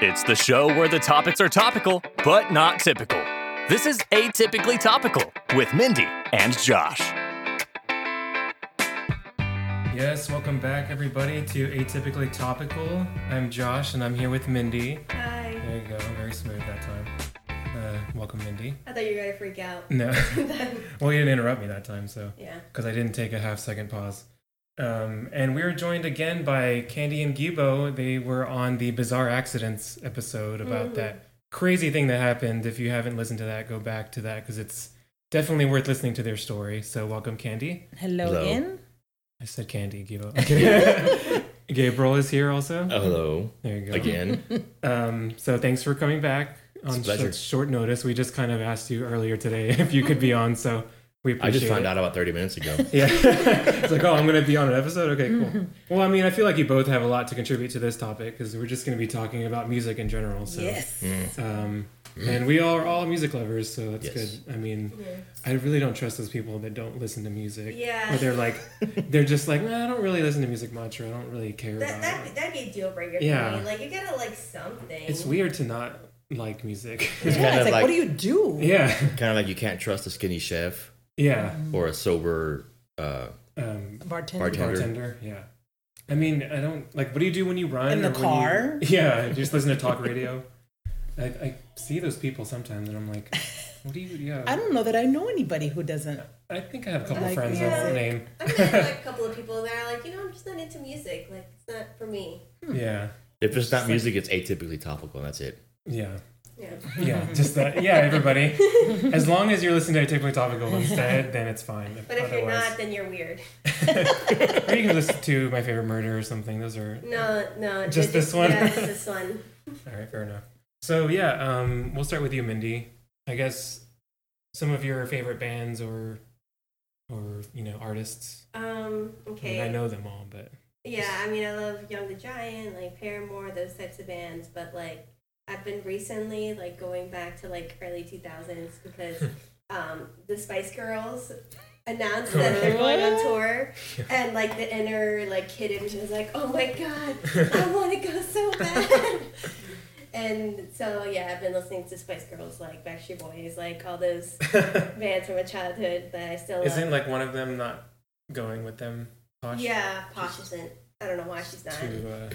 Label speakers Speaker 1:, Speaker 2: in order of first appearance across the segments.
Speaker 1: It's the show where the topics are topical, but not typical. This is Atypically Topical with Mindy and Josh.
Speaker 2: Yes, welcome back, everybody, to Atypically Topical. I'm Josh, and I'm here with Mindy.
Speaker 3: Hi.
Speaker 2: There you go, very smooth that time. Uh, welcome, Mindy.
Speaker 3: I thought you were gonna freak out.
Speaker 2: No, well, you didn't interrupt me that time, so
Speaker 3: yeah.
Speaker 2: because I didn't take a half second pause. Um, and we are joined again by Candy and Gibo. They were on the Bizarre Accidents episode about that crazy thing that happened. If you haven't listened to that, go back to that because it's definitely worth listening to their story. So, welcome, Candy.
Speaker 4: Hello,
Speaker 5: Hello.
Speaker 4: in.
Speaker 2: I said Candy, Gibo. Okay. Gabriel is here also.
Speaker 5: Oh, hello
Speaker 2: There you go.
Speaker 5: again.
Speaker 2: Um, so thanks for coming back on
Speaker 5: It's a pleasure.
Speaker 2: such short notice. We just kind of asked you earlier today if you could be on, so we
Speaker 5: I
Speaker 2: appreciate
Speaker 5: just
Speaker 2: it.
Speaker 5: found out about 30 minutes ago.
Speaker 2: Yeah, it's like, oh, I'm going to be on an episode. Okay, cool. well, I mean, I feel like you both have a lot to contribute to this topic because we're just going to be talking about music in general. So,
Speaker 4: Yes.
Speaker 2: um, and we are all music lovers, so that's
Speaker 5: Yes.
Speaker 2: good. I mean, I really don't trust those people that don't listen to music.
Speaker 3: Yeah.
Speaker 2: Or they're like, they're just like, nah, I don't really listen to music much, or I don't really care about
Speaker 3: That
Speaker 2: it.
Speaker 3: that that'd be a deal breaker
Speaker 2: Yeah.
Speaker 3: for me. Like you gotta like something.
Speaker 2: It's weird to not like music.
Speaker 5: It's
Speaker 4: Yeah,
Speaker 5: kind
Speaker 4: it's like,
Speaker 5: of like,
Speaker 4: what do you do?
Speaker 2: yeah.
Speaker 5: kind of like you can't trust a skinny chef
Speaker 2: Yeah.
Speaker 5: or a sober. Uh,
Speaker 2: Um,
Speaker 4: Bartender.
Speaker 5: Bartender.
Speaker 2: bartender. Yeah. I mean, I don't like. What do you do when you run
Speaker 4: In the
Speaker 2: or when you-
Speaker 4: car?
Speaker 2: yeah, just listen to talk radio. I, I see those people sometimes, and I'm like, what do you? Yeah.
Speaker 4: I don't know that I know anybody who doesn't.
Speaker 2: I think I have a couple
Speaker 4: Like
Speaker 2: friends with
Speaker 3: music.
Speaker 2: that name.
Speaker 3: I mean, I know, like a couple of people that are like, you know, I'm just not into music. Like it's not for me.
Speaker 2: yeah.
Speaker 5: if it's not music, it's atypically topical, and that's it.
Speaker 2: Yeah.
Speaker 3: Yeah.
Speaker 2: Yeah. Just that. Yeah, everybody. As long as you're listening to a topical instead, then it's fine.
Speaker 3: But if you're not, then you're weird.
Speaker 2: or you can listen to My Favorite Murder or something. Those are
Speaker 3: No, no.
Speaker 2: Just this one?
Speaker 3: Yeah, just this one.
Speaker 2: All right, fair enough. So yeah, um, we'll start with you, Mindy. I guess some of your favorite bands or or you know artists.
Speaker 3: Um.
Speaker 2: I, mean, I
Speaker 3: Okay.
Speaker 2: know them all, but
Speaker 3: Yeah. I mean, I love Young the Giant, like Paramore, those types of bands. But like, I've been recently like going back to like early 2000s because um, the Spice Girls announced that they're going on tour, and like the inner like kid in me was like, "Oh my god, I want to go so bad." And so yeah, I've been listening to Spice Girls, like Backstreet Boys, like all those bands from my childhood that I still love.
Speaker 2: isn't like one of them not going with them? Posh
Speaker 3: yeah, Posh isn't. I don't know why she's not.
Speaker 2: Too, uh,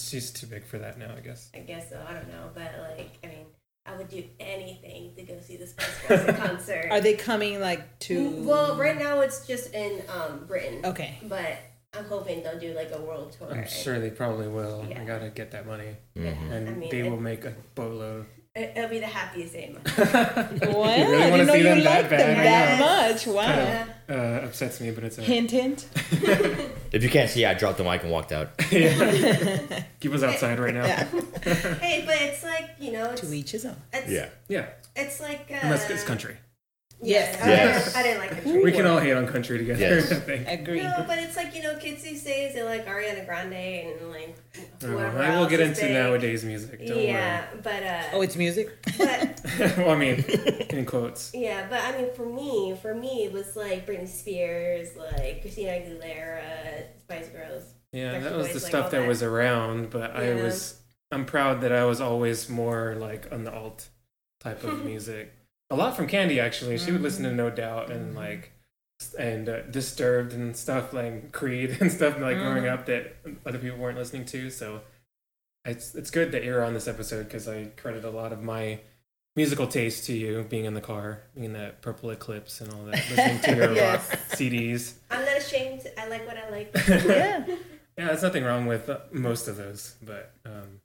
Speaker 2: she's too big for that now, I guess.
Speaker 3: I guess so. I don't know, but like, I mean, I would do anything to go see the Spice Girls in concert.
Speaker 4: Are they coming like to?
Speaker 3: well, right now it's just in um, Britain,
Speaker 4: Okay.
Speaker 3: but I'm hoping they'll do like a world tour.
Speaker 2: I'm sure they probably will. I
Speaker 3: Yeah.
Speaker 2: gotta get that money,
Speaker 3: Yeah,
Speaker 2: and
Speaker 3: I mean,
Speaker 2: they
Speaker 3: it,
Speaker 2: will make a boatload.
Speaker 3: it, it'll be the happiest day. of my life.
Speaker 4: What?
Speaker 2: really
Speaker 4: I
Speaker 2: wanna
Speaker 4: didn't know
Speaker 2: see
Speaker 4: you
Speaker 2: them that
Speaker 4: liked them
Speaker 2: bad?
Speaker 4: that
Speaker 3: Yeah.
Speaker 4: much. Wow.
Speaker 2: Kind of uh, upsets me, but it's okay.
Speaker 4: Hint, hint.
Speaker 5: If you can't see, I dropped the mic and walked out.
Speaker 2: Keep us outside right now.
Speaker 4: Yeah.
Speaker 3: hey, but it's like you know, it's,
Speaker 4: to each his own.
Speaker 3: it's,
Speaker 2: Yeah,
Speaker 3: it's like uh,
Speaker 2: unless it's country,
Speaker 4: Yes.
Speaker 3: I,
Speaker 5: Yes.
Speaker 3: didn't, I didn't like country.
Speaker 2: we can all hate on country together.
Speaker 5: Yes.
Speaker 2: I think.
Speaker 4: Agreed.
Speaker 3: No, but it's like you know, kids these days they like Ariana Grande and like
Speaker 2: Oh,
Speaker 3: whoever
Speaker 2: I will
Speaker 3: else
Speaker 2: get
Speaker 3: is
Speaker 2: into
Speaker 3: big.
Speaker 2: nowadays music. Don't
Speaker 3: Yeah, but uh,
Speaker 4: Oh, it's music.
Speaker 3: but
Speaker 2: worry. well, I mean, in quotes.
Speaker 3: Yeah, but I mean, for me, for me, it was like Britney Spears, like Christina Aguilera, Spice Girls.
Speaker 2: Yeah, that
Speaker 3: Backstreet
Speaker 2: was
Speaker 3: Boys,
Speaker 2: the
Speaker 3: like,
Speaker 2: stuff
Speaker 3: all
Speaker 2: that,
Speaker 3: that.
Speaker 2: was around, but I
Speaker 3: Yeah.
Speaker 2: was. I'm proud that I was always more like on the alt type of music. A lot from Candy actually. She would listen to
Speaker 3: Mm.
Speaker 2: No Doubt and like s- and uh, Disturbed and stuff like Creed and stuff like
Speaker 3: Mm.
Speaker 2: growing up that other people weren't listening to. So it's it's good that you're on this episode because I credit a lot of my musical taste to you being in the car, being in that purple eclipse and all that, listening to your
Speaker 4: Yes.
Speaker 2: rock CDs.
Speaker 3: I'm not ashamed. I like what I like.
Speaker 4: yeah.
Speaker 2: Yeah, there's nothing wrong with uh, most of those, but um,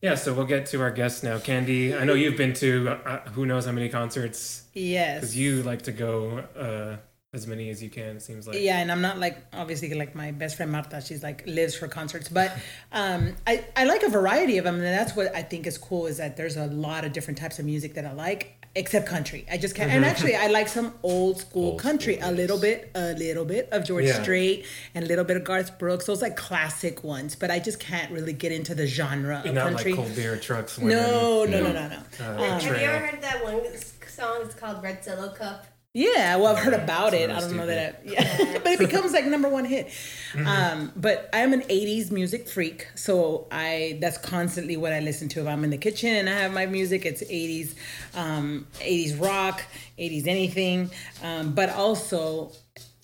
Speaker 2: yeah. So we'll get to our guests now. Candy, I know you've been to uh, who knows how many concerts
Speaker 4: Yes.
Speaker 2: because you like to go uh, as many as you can. It seems like
Speaker 4: yeah and i'm not like obviously like my best friend marta she's like lives for concerts but um i i like a variety of them and that's what i think is cool is that there's a lot of different types of music that i like except country i just can't and actually i like some old school
Speaker 5: Old
Speaker 4: country
Speaker 5: school,
Speaker 4: a little bit a little bit of george
Speaker 2: Yeah.
Speaker 4: strait and a little bit of garth brooks those like classic ones but i just can't really get into the genre of
Speaker 2: You're not
Speaker 4: country
Speaker 2: like cold beer trucks.
Speaker 4: no, no no no no no
Speaker 2: uh,
Speaker 3: Have you
Speaker 2: trail.
Speaker 3: ever heard that one s- song? It's called Red Solo Cup.
Speaker 4: Yeah, well, I've heard about it. I don't know
Speaker 2: stupid.
Speaker 4: that. I, yeah, but it becomes like number one hit.
Speaker 2: Mm-hmm.
Speaker 4: Um, but I am an '80s music freak, so I that's constantly what I listen to. If I'm in the kitchen and I have my music, it's '80s, um, '80s rock, '80s anything, um, but also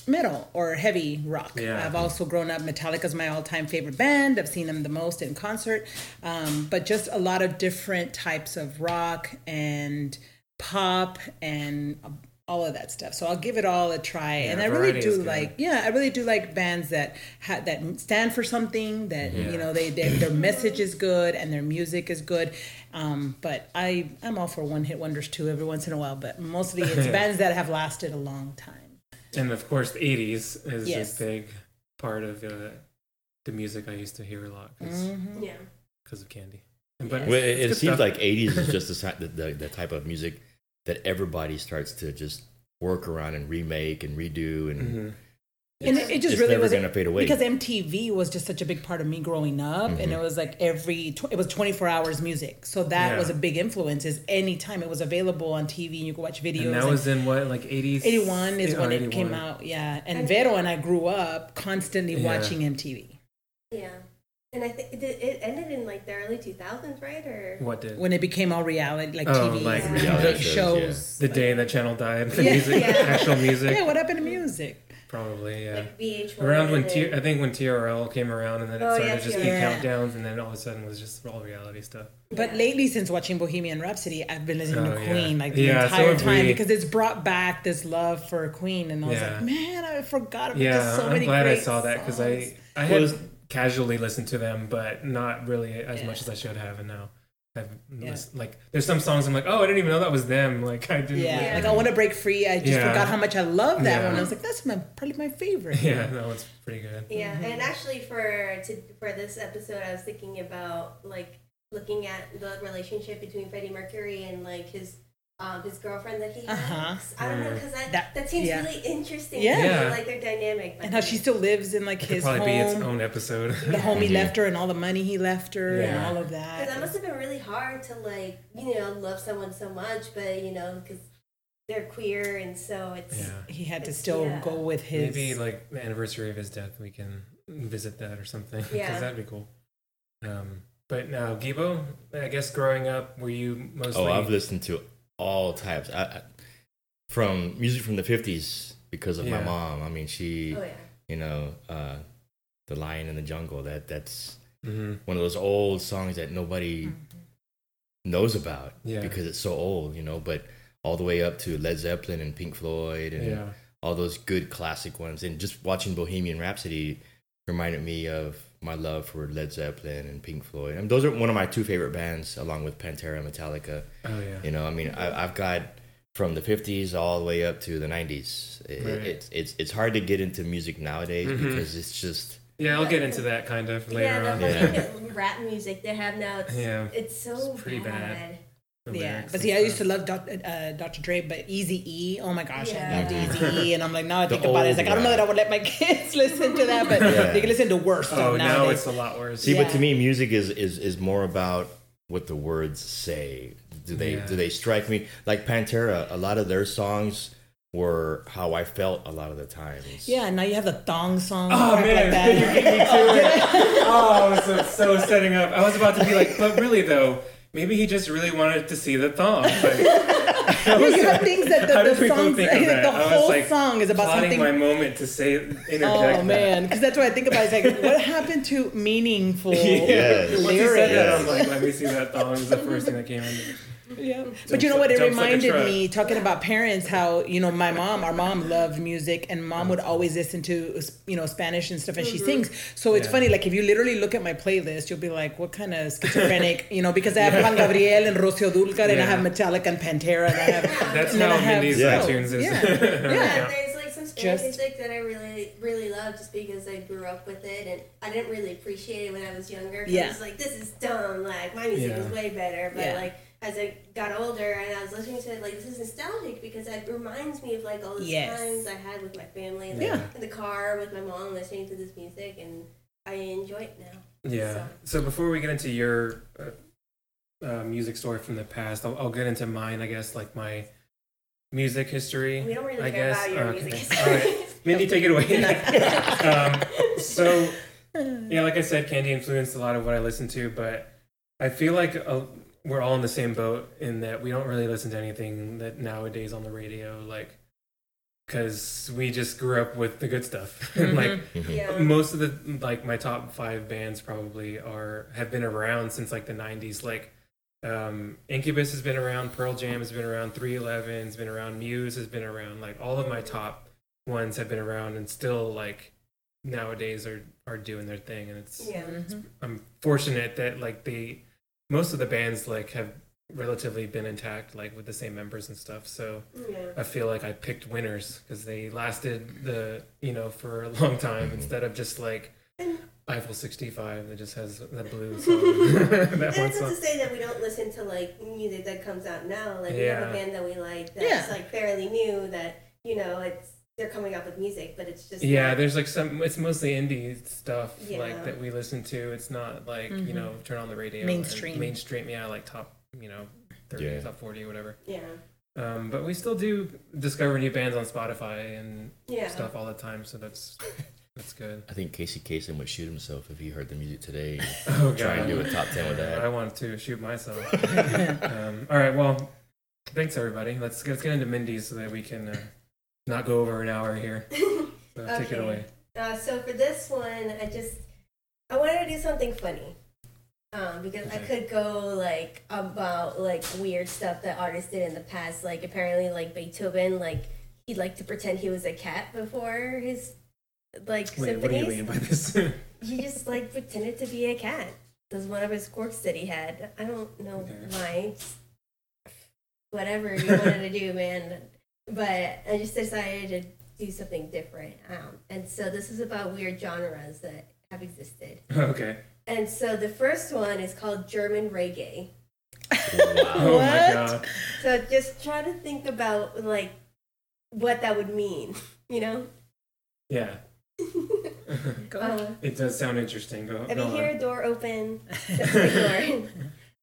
Speaker 4: metal or heavy rock.
Speaker 2: Yeah.
Speaker 4: I've also grown up. Metallica's my all-time favorite band. I've seen them the most in concert, um, but just a lot of different types of rock and pop and all of that stuff. So I'll give it all a try, and I really
Speaker 2: variety is
Speaker 4: do
Speaker 2: good.
Speaker 4: like. Yeah, I really do like bands that ha- that stand for something. That you know, they, they their message is good and their music is good. Um, but I I'm all for one hit wonders too every once in a while. But mostly it's bands that have lasted a long time.
Speaker 2: And of course, the 80s is
Speaker 4: Yes.
Speaker 2: a big part of uh, the music I used to hear a lot because
Speaker 4: Mm-hmm.
Speaker 3: Yeah.
Speaker 2: of Candy. But
Speaker 5: Well, it, it
Speaker 2: good
Speaker 5: seems
Speaker 2: stuff.
Speaker 5: like 80s is just the, si- the, the, the type of music that everybody starts to just work around and remake and redo and
Speaker 2: Mm-hmm.
Speaker 4: and it, it just
Speaker 5: It's
Speaker 4: really
Speaker 5: never
Speaker 4: was
Speaker 5: gonna fade away. Mm-hmm.
Speaker 4: because MTV was just such a big part of me growing up, and it was like every tw- it was twenty four hours music, so that
Speaker 2: Yeah.
Speaker 4: was a big influence. Is anytime it was available on TV and you could watch videos.
Speaker 2: and that
Speaker 4: and-
Speaker 2: was in what, like 80s?
Speaker 4: 81 is
Speaker 2: Yeah,
Speaker 4: when
Speaker 2: or
Speaker 4: it came
Speaker 2: 81.
Speaker 4: out, yeah. And Vero and I grew up constantly
Speaker 2: Yeah.
Speaker 4: watching MTV.
Speaker 3: Yeah. And I think it, it ended in like the early 2000s, right? Or
Speaker 2: What did?
Speaker 4: When it became all reality, like
Speaker 2: Oh,
Speaker 4: TV
Speaker 2: like
Speaker 4: and
Speaker 5: reality
Speaker 4: the
Speaker 5: shows,
Speaker 4: shows.
Speaker 2: the day that channel died. The
Speaker 4: Yeah.
Speaker 2: music,
Speaker 3: Yeah.
Speaker 2: actual music.
Speaker 4: Yeah, what happened to music?
Speaker 2: Probably, yeah.
Speaker 3: like VH1.
Speaker 2: Around when
Speaker 3: and
Speaker 2: T-
Speaker 3: then-
Speaker 2: I think when TRL came around, and then it
Speaker 3: Oh,
Speaker 2: started
Speaker 3: yeah,
Speaker 2: just being
Speaker 4: TRL.
Speaker 2: countdowns, and then all of a sudden it was just all reality stuff.
Speaker 4: But lately, since watching Bohemian Rhapsody, I've been listening
Speaker 2: Oh,
Speaker 4: to
Speaker 2: yeah.
Speaker 4: Queen like the
Speaker 2: Yeah, so
Speaker 4: entire
Speaker 2: have
Speaker 4: time
Speaker 2: we.
Speaker 4: because it's brought back this love for Queen, and I was
Speaker 2: Yeah.
Speaker 4: like, man, I forgot about
Speaker 2: Yeah,
Speaker 4: just so
Speaker 2: I'm
Speaker 4: many.
Speaker 2: glad I
Speaker 4: great
Speaker 2: saw that because I
Speaker 4: songs.
Speaker 2: I
Speaker 5: Well,
Speaker 2: had
Speaker 5: it's-
Speaker 2: casually listened to them, but not really as
Speaker 4: Yeah.
Speaker 2: much as I should have, and now. I've lis- like there's some songs I'm like oh I didn't even know that was them like I didn't
Speaker 4: Yeah,
Speaker 2: yeah
Speaker 4: like I want to break free. I just
Speaker 2: Yeah.
Speaker 4: forgot how much I love that
Speaker 2: Yeah.
Speaker 4: one. I was like, that's my probably my favorite.
Speaker 2: yeah that one's pretty good
Speaker 3: Yeah,
Speaker 4: Mm-hmm.
Speaker 3: and actually for to, for this episode, I was thinking about like looking at the relationship between Freddie Mercury and like his um, his girlfriend that he has.
Speaker 4: Uh-huh.
Speaker 3: I don't know because that,
Speaker 4: That-
Speaker 3: that seems
Speaker 4: yeah.
Speaker 3: really interesting.
Speaker 4: Yeah.
Speaker 2: Yeah.
Speaker 3: like their dynamic.
Speaker 4: And how she still lives in like
Speaker 2: it could
Speaker 4: his
Speaker 2: probably
Speaker 4: home.
Speaker 2: be its own episode
Speaker 4: the home he left her and all the money he left her and
Speaker 2: Yeah.
Speaker 4: all of
Speaker 3: Because that
Speaker 4: that.
Speaker 3: must have been really hard to like you know love someone so much, but you know because they're queer and so it's.
Speaker 2: yeah
Speaker 4: He had to still
Speaker 3: Yeah.
Speaker 4: go with his.
Speaker 2: maybe like the anniversary of his death we can visit that or something because
Speaker 3: Yeah.
Speaker 2: that'd be cool um but now Gibo I guess growing up were you mostly
Speaker 5: Oh, I've listened to all types. I, I, from music from the fifties because of my
Speaker 2: Yeah.
Speaker 5: mom. I mean, she,
Speaker 3: Oh yeah.
Speaker 5: you know, uh, the Lion in the Jungle. That that's
Speaker 2: Mhm.
Speaker 5: one of those old songs that nobody knows about
Speaker 2: Yeah.
Speaker 5: because it's so old, you know. But all the way up to Led Zeppelin and Pink Floyd and
Speaker 2: yeah
Speaker 5: all those good classic ones. And just watching Bohemian Rhapsody reminded me of my love for Led Zeppelin and Pink Floyd. I mean, those are one of my two favorite bands, along with Pantera and Metallica.
Speaker 2: oh yeah
Speaker 5: You know, I mean, I, I've got from the '50s all the way up to the '90s. It,
Speaker 2: Right. Mm-hmm.
Speaker 5: It's it's it's hard to get into music nowadays because it's just
Speaker 2: yeah I'll get into that kind of later
Speaker 3: yeah,
Speaker 2: on
Speaker 3: the
Speaker 5: Yeah.
Speaker 3: whole rap music they have now, it's,
Speaker 2: Yeah.
Speaker 3: it's so
Speaker 2: It's pretty bad. the
Speaker 4: Yeah,
Speaker 2: lyrics
Speaker 4: but
Speaker 2: and
Speaker 4: see, I used to
Speaker 2: stuff.
Speaker 4: love Doc, uh, Dr. Dre, but Easy E, oh my gosh, I
Speaker 3: Yeah.
Speaker 4: loved Easy E, and I'm like, now I
Speaker 5: The
Speaker 4: think about it, it's
Speaker 5: old
Speaker 4: like I don't know that I would let my kids listen to that, but
Speaker 5: Yeah.
Speaker 4: they can listen to worse stuff
Speaker 2: Oh,
Speaker 4: nowadays.
Speaker 2: now it's a lot worse.
Speaker 5: see. But to
Speaker 4: Yeah.
Speaker 5: me, music is is is more about what the words say. Do they
Speaker 2: Yeah.
Speaker 5: do they strike me like Pantera? A lot of their songs were how I felt a lot of the times.
Speaker 4: yeah, now you have the thong song,
Speaker 2: Oh
Speaker 4: crap
Speaker 2: man,
Speaker 4: like that.
Speaker 2: you beat me to it. Oh, I was so, so setting up. I was about to be like, but really though, maybe he just really wanted to see the thong. Like,
Speaker 4: Yeah, you have things that
Speaker 2: how
Speaker 4: the,
Speaker 2: did
Speaker 4: the
Speaker 2: people
Speaker 4: songs,
Speaker 2: think of that?
Speaker 4: the
Speaker 2: I was,
Speaker 4: whole
Speaker 2: like,
Speaker 4: song is about
Speaker 2: plotting
Speaker 4: something.
Speaker 2: my moment to say interject.
Speaker 4: Oh
Speaker 2: that.
Speaker 4: man, because that's what I think about. It's like, what happened to meaningful
Speaker 5: Yes.
Speaker 2: Once he said that,
Speaker 4: lyrics?
Speaker 2: I'm like, let me see that thong. Is the first thing that came in.
Speaker 4: Yeah. But you know what? It
Speaker 2: Jumps like a
Speaker 4: reminded
Speaker 2: truck.
Speaker 4: me talking about parents how you know my mom, our mom loved music, and mom would always listen to you know Spanish and stuff, and she sings. So it's
Speaker 2: Mm-hmm. Yeah.
Speaker 4: funny. Like if you literally look at my playlist, you'll be like, what kind of schizophrenic? you know, because I have Juan Gabriel and Rocío Dulcar, and I
Speaker 2: Yeah.
Speaker 4: have Metallica and Pantera, and I have
Speaker 2: That's
Speaker 4: And then
Speaker 2: how
Speaker 4: I have-
Speaker 2: Mindy's
Speaker 5: Yeah.
Speaker 2: iTunes is.
Speaker 4: yeah, yeah.
Speaker 3: there's like some Spanish
Speaker 4: Just-
Speaker 3: music that I really, really love just because I grew up with it and I didn't really appreciate it when I was younger. 'cause
Speaker 4: Yeah.
Speaker 3: I was like, this is dumb. Like, my music
Speaker 2: Yeah.
Speaker 3: is way better. But
Speaker 4: Yeah.
Speaker 3: like, as I got older and I was listening to it, like, this is nostalgic because it reminds me of like all the
Speaker 4: Yes.
Speaker 3: times I had with my family. Like,
Speaker 4: Yeah.
Speaker 3: In the car with my mom listening to this music and I enjoy it now.
Speaker 2: Yeah. So before we get into your uh, uh, music story from the past, I'll, I'll get into mine. I guess like my music history.
Speaker 3: We don't really
Speaker 2: I
Speaker 3: care
Speaker 2: guess.
Speaker 3: about your
Speaker 2: Oh,
Speaker 3: music
Speaker 2: okay. All
Speaker 3: history.
Speaker 2: right. Mindy, take it away. um, so, yeah, like I said, Candy influenced a lot of what I listened to, but I feel like uh, we're all in the same boat in that we don't really listen to anything that nowadays on the radio, like, because we just grew up with the good stuff. And like,
Speaker 3: yeah.
Speaker 2: most of the like my top five bands probably are have been around since like the 90s like um incubus has been around pearl jam has been around 311 has been around muse has been around like all of my top ones have been around and still like nowadays are are doing their thing and it's
Speaker 3: Yeah.
Speaker 4: Mm-hmm.
Speaker 2: i'm fortunate that like the most of the bands like have relatively been intact like with the same members and stuff so
Speaker 3: Yeah.
Speaker 2: I feel like I picked winners because they lasted the you know for a long time instead of just like Eiffel 65 that just has the blue song that
Speaker 3: And
Speaker 2: one
Speaker 3: it's not
Speaker 2: song.
Speaker 3: to say that we don't listen to like music that comes out now. Like we have
Speaker 2: Yeah.
Speaker 3: a band that we like that's
Speaker 4: Yeah.
Speaker 3: like fairly new. That you know, it's they're coming up with music, but it's just
Speaker 2: Yeah,
Speaker 3: not-
Speaker 2: there's like some. It's mostly indie stuff
Speaker 3: Yeah.
Speaker 2: like that we listen to. It's not like you know turn on the radio. and
Speaker 4: Mainstream.
Speaker 2: Mainstream. Yeah, like top you know 30,
Speaker 5: Yeah.
Speaker 2: top 40 or whatever.
Speaker 3: yeah,
Speaker 2: Um, but we still do discover new bands on Spotify and
Speaker 3: yeah.
Speaker 2: stuff all the time. So that's that's good.
Speaker 5: I think Casey Kasem would shoot himself if he heard the music today.
Speaker 2: Oh
Speaker 5: Try and do a top ten with
Speaker 2: I
Speaker 5: that.
Speaker 2: want to shoot myself. um, all right, well, thanks everybody. Let's let's get into Mindy's so that we can uh, not go over an hour here. So Take it
Speaker 3: Okay.
Speaker 2: away.
Speaker 3: Uh, so for this one, I just I wanted to do something funny. Um, because I could go like about like weird stuff that artists did in the past. Like apparently, like Beethoven, like he liked to pretend he was a cat before his like
Speaker 2: Wait,
Speaker 3: symphonies.
Speaker 2: what do you mean by this?
Speaker 3: He just like pretended to be a cat. That's one of his quirks that he had. I don't know
Speaker 2: Okay.
Speaker 3: why. Whatever you wanted to do, man. But I just decided to do something different. Um, and so this is about weird genres that have existed.
Speaker 2: okay.
Speaker 3: And so the first one is called German reggae.
Speaker 2: Oh my
Speaker 4: What?
Speaker 2: god.
Speaker 3: So just try to think about like what that would mean. You know,
Speaker 2: Yeah,
Speaker 4: Go
Speaker 3: uh,
Speaker 2: it does sound interesting. Go,
Speaker 3: If
Speaker 2: go
Speaker 3: you
Speaker 2: on.
Speaker 3: hear a door open, that's the door.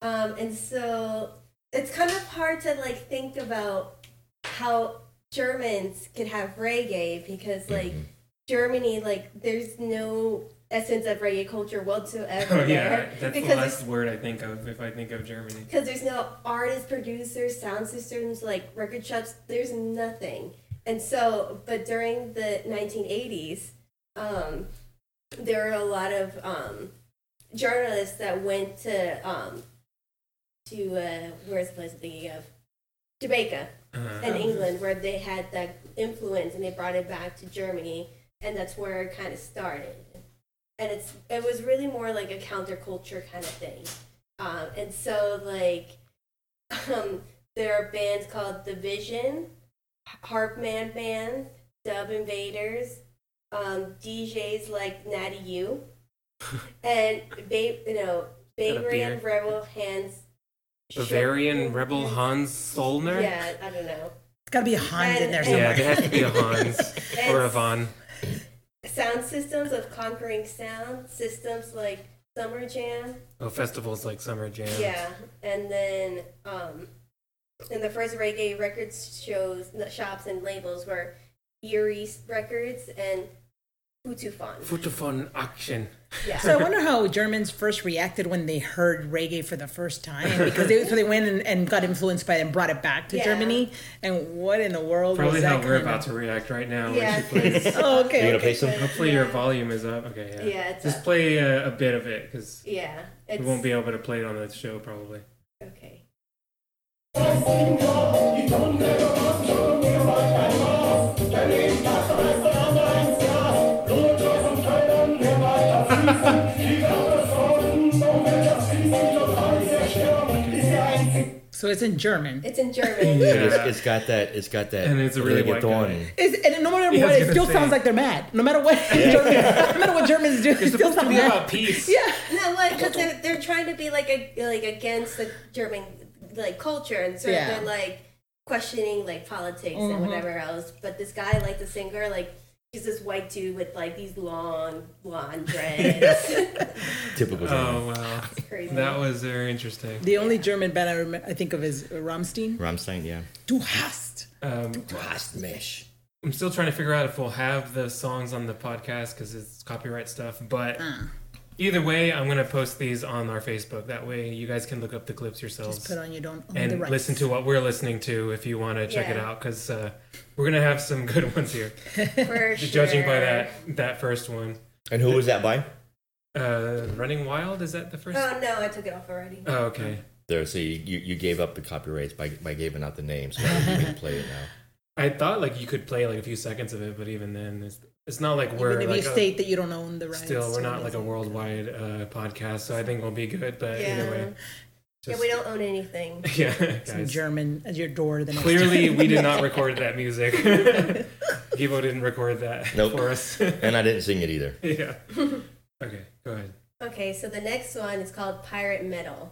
Speaker 3: um, and so it's kind of hard to like think about how Germans could have reggae because like
Speaker 2: Mm-hmm.
Speaker 3: Germany, like there's no essence of reggae culture whatsoever.
Speaker 2: Oh yeah,
Speaker 3: there
Speaker 2: that's the
Speaker 3: because it's
Speaker 2: last word I think of if I think of Germany.
Speaker 3: because there's no artists, producers, sound systems, like record shops. There's nothing. And so, but during the 1980s, um, there were a lot of um, journalists that went to um, to uh, where's the place I'm thinking of? Jamaica
Speaker 2: Uh,
Speaker 3: and England, where they had that influence and they brought it back to Germany, and that's where it kind of started. And it's it was really more like a counterculture kind of thing, um, and so like um, there are bands called The Vision, Harpman Band, Dub Invaders, um, DJs like Natty U, and ba- you know Bavarian Rebel Hands.
Speaker 2: Bavarian rebel Hans Solner.
Speaker 3: Yeah, I don't know.
Speaker 4: It's got to be a Hans in there
Speaker 3: And-
Speaker 2: Yeah,
Speaker 4: somewhere.
Speaker 2: there has to be a Hans or a
Speaker 3: That's-
Speaker 2: Von.
Speaker 3: sound systems of conquering sound systems like summer jam
Speaker 2: Oh, festivals like Summer Jam.
Speaker 3: yeah and then um and the first reggae records shows shops and labels were Erie Records and Hutufon.
Speaker 2: Futufon action.
Speaker 3: Yeah.
Speaker 4: So I wonder how Germans first reacted when they heard reggae for the first time because they so they went and, and got influenced by it and brought it back to
Speaker 3: Yeah.
Speaker 4: Germany. And what in the world
Speaker 2: Probably
Speaker 4: was
Speaker 2: how
Speaker 4: that?
Speaker 2: we're
Speaker 4: kind
Speaker 2: about
Speaker 4: of-
Speaker 2: to react right now
Speaker 3: Yeah.
Speaker 2: when she plays.
Speaker 4: Oh,
Speaker 5: You
Speaker 4: okay.
Speaker 5: gonna
Speaker 4: okay.
Speaker 5: play some?
Speaker 2: Hopefully your volume is up. Okay, yeah.
Speaker 3: Yeah, it's
Speaker 2: Just
Speaker 3: up.
Speaker 2: play a, a bit of it because
Speaker 3: Yeah. It's,
Speaker 2: we won't be able to play it on the show probably.
Speaker 3: Okay.
Speaker 4: So it's in German.
Speaker 3: It's in German.
Speaker 5: But it's, it's got that. It's got that.
Speaker 2: And it's a really
Speaker 5: reggae
Speaker 2: white guy.
Speaker 4: It's, and no matter
Speaker 2: Yeah, I
Speaker 4: what,
Speaker 2: was
Speaker 4: it
Speaker 2: gonna
Speaker 4: still
Speaker 2: say.
Speaker 4: sounds like they're mad. No matter what, Germans, no matter what Germans do, it
Speaker 2: It's
Speaker 4: still
Speaker 2: supposed to
Speaker 4: sounds
Speaker 2: be about
Speaker 4: mad.
Speaker 2: peace.
Speaker 4: Yeah.
Speaker 3: No, what? Because they're, they're trying to be like a like against the German like culture, and so
Speaker 4: Yeah.
Speaker 3: they're like questioning like politics and whatever else. But this guy, like the singer, like he's this white dude with like these long blonde dreads.
Speaker 5: Typical. German.
Speaker 2: Oh wow,
Speaker 3: Crazy.
Speaker 2: that was very interesting.
Speaker 4: The only German band I, rem- I think of is Rammstein.
Speaker 5: Rammstein, yeah.
Speaker 4: Du hast
Speaker 2: Um,
Speaker 5: Mesh.
Speaker 2: I'm still trying to figure out if we'll have the songs on the podcast because it's copyright stuff.
Speaker 3: Uh-huh.
Speaker 2: But
Speaker 4: Ah,
Speaker 2: either way, I'm gonna post these on our Facebook. That way, you guys can look up the clips yourselves
Speaker 4: Just put on you don't own the
Speaker 2: and
Speaker 4: rights.
Speaker 2: listen to what we're listening to if you want to check it
Speaker 3: Yeah.
Speaker 2: out because uh, we're gonna have some good ones here.
Speaker 3: For sure.
Speaker 2: Judging by that that first one,
Speaker 5: And who was that by?
Speaker 2: uh, "Running Wild" is that the first?
Speaker 4: Uh,
Speaker 3: Oh no, I took it off already.
Speaker 2: Oh, okay.
Speaker 5: There, so you, you, you gave up the copyrights by, by giving out the name, so you can play it now.
Speaker 2: I thought like you could play like a few seconds of it, but even then, it's, it's not like we're
Speaker 4: Even if
Speaker 2: like,
Speaker 4: you
Speaker 2: a-
Speaker 4: state that you don't own the rights.
Speaker 2: still
Speaker 4: to
Speaker 2: we're not like a
Speaker 4: music.
Speaker 2: worldwide uh, podcast, so I think we'll be good. But
Speaker 3: Yeah.
Speaker 2: either way,
Speaker 3: yeah, we don't own anything.
Speaker 2: yeah,
Speaker 4: Some
Speaker 2: guys.
Speaker 4: German at your door. The next
Speaker 2: Clearly,
Speaker 4: time.
Speaker 2: we did not record that music. Gibo didn't record that
Speaker 5: Nope.
Speaker 2: for us.
Speaker 5: And I didn't sing it either.
Speaker 2: yeah. Okay, go ahead.
Speaker 3: Okay, so the next one is called pirate metal.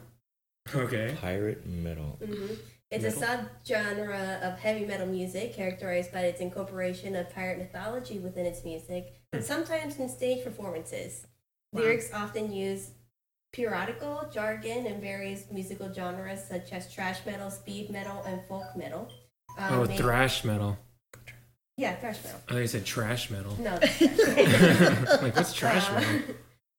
Speaker 2: Okay.
Speaker 5: Pirate metal.
Speaker 3: hmm It's a subgenre of heavy metal music characterized by its incorporation of pirate mythology within its music,
Speaker 2: Hmm.
Speaker 3: and sometimes in stage performances. Lyrics often use periodical jargon in various musical genres such as trash metal, speed metal, and folk metal. Um,
Speaker 2: Oh,
Speaker 3: ma-
Speaker 2: thrash metal.
Speaker 3: yeah, thrash metal.
Speaker 2: I thought you said trash metal.
Speaker 3: No, thrash metal.
Speaker 2: like what's trash
Speaker 3: Uh,
Speaker 2: metal?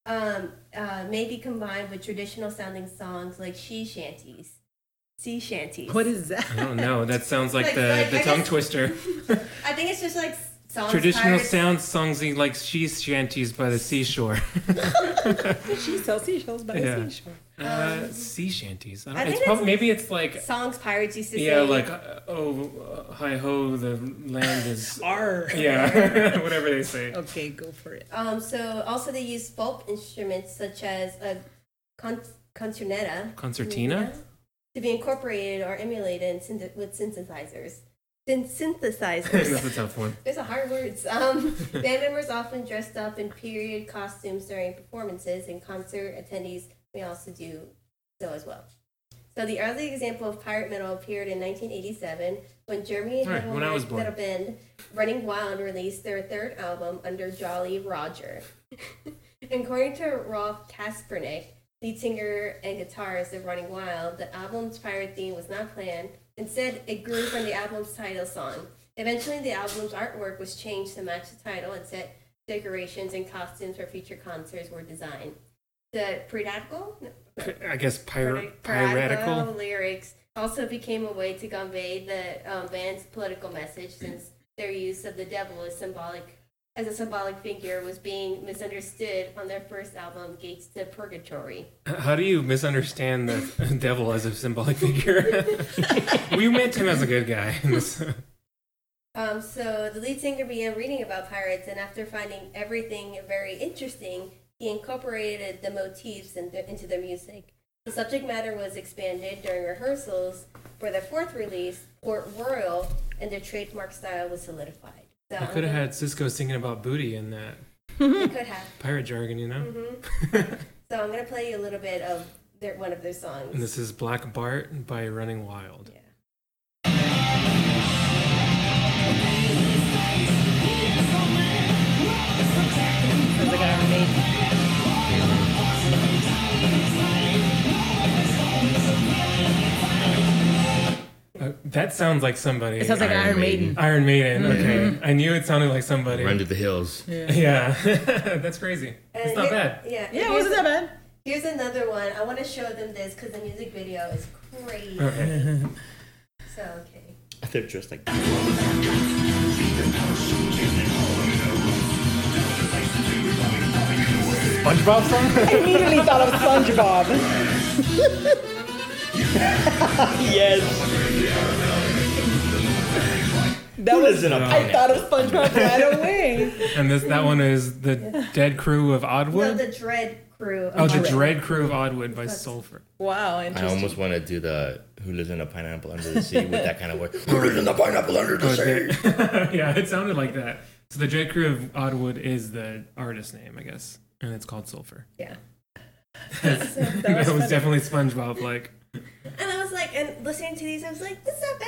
Speaker 3: um, uh, may be combined with traditional sounding songs like she shanties, sea shanties.
Speaker 4: What is that?
Speaker 2: I don't know. That sounds like,
Speaker 3: Like-
Speaker 2: the,
Speaker 3: like,
Speaker 2: the
Speaker 3: I
Speaker 2: tongue
Speaker 3: guess-
Speaker 2: twister.
Speaker 3: I think it's just like s- songs.
Speaker 2: Traditional
Speaker 3: pirates-
Speaker 2: sound songs like she's shanties by the seashore.
Speaker 4: She sells seashells by
Speaker 2: Yeah.
Speaker 4: the seashore.
Speaker 2: Uh, sea shanties. I don't,
Speaker 3: Um, I
Speaker 2: it's
Speaker 3: think
Speaker 2: probably,
Speaker 3: it's-
Speaker 2: maybe it's like
Speaker 3: Songs pirates used to
Speaker 2: Yeah,
Speaker 3: sing.
Speaker 2: like uh, oh, uh, hi ho, the land is.
Speaker 4: R.
Speaker 2: yeah, whatever they say.
Speaker 4: Okay, go for it.
Speaker 3: Um, so also they use folk instruments such as a con- concertina. Mm-hmm.
Speaker 2: Concertina?
Speaker 3: To be incorporated or emulated in synth- with synthesizers. Syn- synthesizers.
Speaker 2: That's a tough one.
Speaker 3: There's a hard words. Um, band members often dressed up in period costumes during performances, and concert attendees may also do so as well. So the early example of pirate metal appeared in 1987 when Germany
Speaker 2: Right,
Speaker 3: had
Speaker 2: when I was born.
Speaker 3: metal band Running Wild released their third album under Jolly Roger. And According to Rolf Kaspernick, lead singer and guitarist of Running Wild, the album's pirate theme was not planned. Instead, it grew from the album's title song. Eventually, the album's artwork was changed to match the title, and set decorations and costumes for future concerts were designed. The piratical,
Speaker 2: I guess pir-
Speaker 3: piratical,
Speaker 2: piratical.
Speaker 3: Oh, lyrics also became a way to convey the um, band's political message, since their use of the devil is symbolic as a symbolic figure was being misunderstood on their first album, Gates to Purgatory.
Speaker 2: How do you misunderstand the devil as a symbolic figure? we meant him as a good guy. in this-
Speaker 3: Um, so the lead singer began reading about pirates, and after finding everything very interesting, he incorporated the motifs in the, into their music. The subject matter was expanded during rehearsals for their fourth release, Port Royal, and their trademark style was solidified. So
Speaker 2: I could have had Cisco singing about booty in that
Speaker 3: You could have.
Speaker 2: pirate jargon, you know.
Speaker 3: Mm-hmm. So I'm gonna play you a little bit of their, one of their
Speaker 2: And
Speaker 3: songs.
Speaker 2: this is Black Bart by Running Wild.
Speaker 3: Yeah.
Speaker 4: Sounds like an Iron
Speaker 2: Uh, that sounds like Mm-hmm. somebody.
Speaker 4: It sounds like Iron,
Speaker 5: Iron
Speaker 4: Maiden.
Speaker 5: Maiden.
Speaker 2: Iron Maiden. Okay, I knew it sounded like somebody.
Speaker 5: Run to the hills.
Speaker 2: Yeah, that's crazy. It's
Speaker 3: And
Speaker 2: not
Speaker 3: here-
Speaker 2: bad.
Speaker 3: Yeah.
Speaker 4: Yeah, it
Speaker 3: here's-
Speaker 4: wasn't that bad.
Speaker 3: Here's another one. I want to show them this because the music video is crazy.
Speaker 2: Okay.
Speaker 3: So okay.
Speaker 5: They're just like.
Speaker 2: SpongeBob song?
Speaker 4: I immediately thought of SpongeBob.
Speaker 5: Yes.
Speaker 4: That was.
Speaker 5: Listen up.
Speaker 4: I thought of SpongeBob right away.
Speaker 2: and this that one is the Dead Crew of
Speaker 3: No,
Speaker 2: Oddwood.
Speaker 3: the Dread Crew.
Speaker 2: oh, the Dread Crew of Oddwood by Sulfur.
Speaker 4: Wow,
Speaker 5: I
Speaker 4: interesting.
Speaker 5: almost want to do the "Who lives in a pineapple under the sea" with that kind of voice. Who lives in the pineapple under the sea?
Speaker 2: yeah, it sounded like that. So the Dread Crew of Oddwood is the artist name, I guess, and it's called Sulfur.
Speaker 3: Yeah.
Speaker 2: that was definitely SpongeBob. Like
Speaker 3: And I was like, and listening to these, I was like, this is not bad.